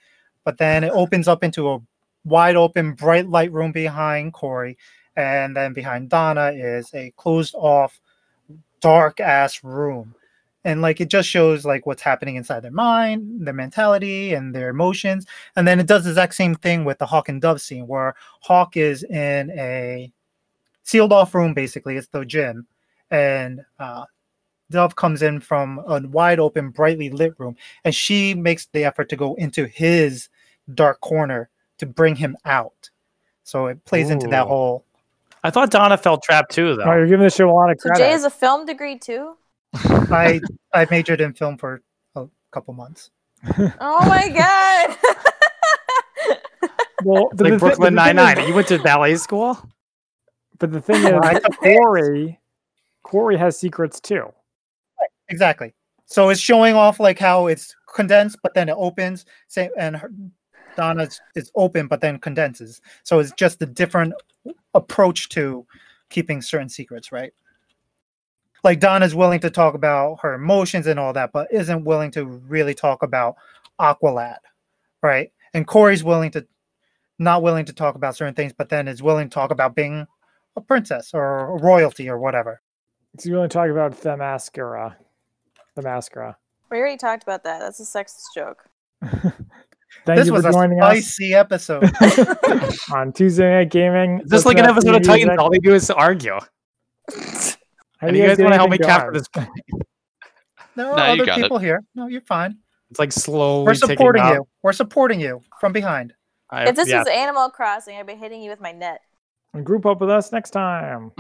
[SPEAKER 4] But then it opens up into a wide open, bright light room behind Corey, and then behind Donna is a closed off, dark ass room and like it just shows like what's happening inside their mind their mentality and their emotions and then it does the exact same thing with the hawk and dove scene where hawk is in a sealed off room basically it's the gym and uh, dove comes in from a wide open brightly lit room and she makes the effort to go into his dark corner to bring him out so it plays into that
[SPEAKER 2] Ooh.
[SPEAKER 4] whole
[SPEAKER 2] I thought Donna felt trapped too,
[SPEAKER 1] Oh,
[SPEAKER 2] though.
[SPEAKER 1] you're giving this show a lot of
[SPEAKER 3] So Jay
[SPEAKER 1] credit.
[SPEAKER 3] has a film degree too.
[SPEAKER 4] i i majored in film for a couple months
[SPEAKER 3] Oh my god.
[SPEAKER 1] well, but the
[SPEAKER 2] Like
[SPEAKER 1] thi- but the
[SPEAKER 2] Brooklyn
[SPEAKER 1] thing
[SPEAKER 2] Nine Nine.
[SPEAKER 1] is-
[SPEAKER 2] You went to ballet school.
[SPEAKER 1] But the thing
[SPEAKER 4] Well, I
[SPEAKER 1] is,
[SPEAKER 4] took dance.
[SPEAKER 1] Corey, Corey has secrets too.
[SPEAKER 4] Exactly. So it's showing off like how it's condensed, but then it opens. Same and her, Donna's is open, but then condenses. So it's just a different approach to keeping certain secrets, right? Like Donna's willing to talk about her emotions and all that, but isn't willing to really talk about Aqualad, right? And Corey's willing to not willing to talk about certain things, but then is willing to talk about being a princess or royalty or whatever.
[SPEAKER 1] So you only talk about the mascara, the mascara.
[SPEAKER 3] we already talked about that. That's a sexist joke.
[SPEAKER 1] Thank
[SPEAKER 4] this
[SPEAKER 1] you
[SPEAKER 4] was
[SPEAKER 1] for
[SPEAKER 4] a
[SPEAKER 1] joining
[SPEAKER 4] spicy episode.
[SPEAKER 1] us on Tuesday Night Gaming.
[SPEAKER 2] Just like an
[SPEAKER 1] Listen up to
[SPEAKER 2] episode of
[SPEAKER 1] the music.
[SPEAKER 2] Titans, all they do is argue.
[SPEAKER 1] How
[SPEAKER 2] And you guys
[SPEAKER 1] get
[SPEAKER 2] want to help me
[SPEAKER 1] anything
[SPEAKER 2] capture
[SPEAKER 1] done?
[SPEAKER 2] this?
[SPEAKER 4] There are
[SPEAKER 5] No, you
[SPEAKER 4] other
[SPEAKER 5] got it.
[SPEAKER 4] people here. No, you're fine.
[SPEAKER 2] It's like slowly.
[SPEAKER 4] We're
[SPEAKER 2] ticking
[SPEAKER 4] supporting
[SPEAKER 2] up.
[SPEAKER 4] you. We're supporting you from behind.
[SPEAKER 2] I-
[SPEAKER 3] If this
[SPEAKER 2] yeah.
[SPEAKER 3] was Animal Crossing, I'd be hitting you with my net.
[SPEAKER 1] And group up with us next time.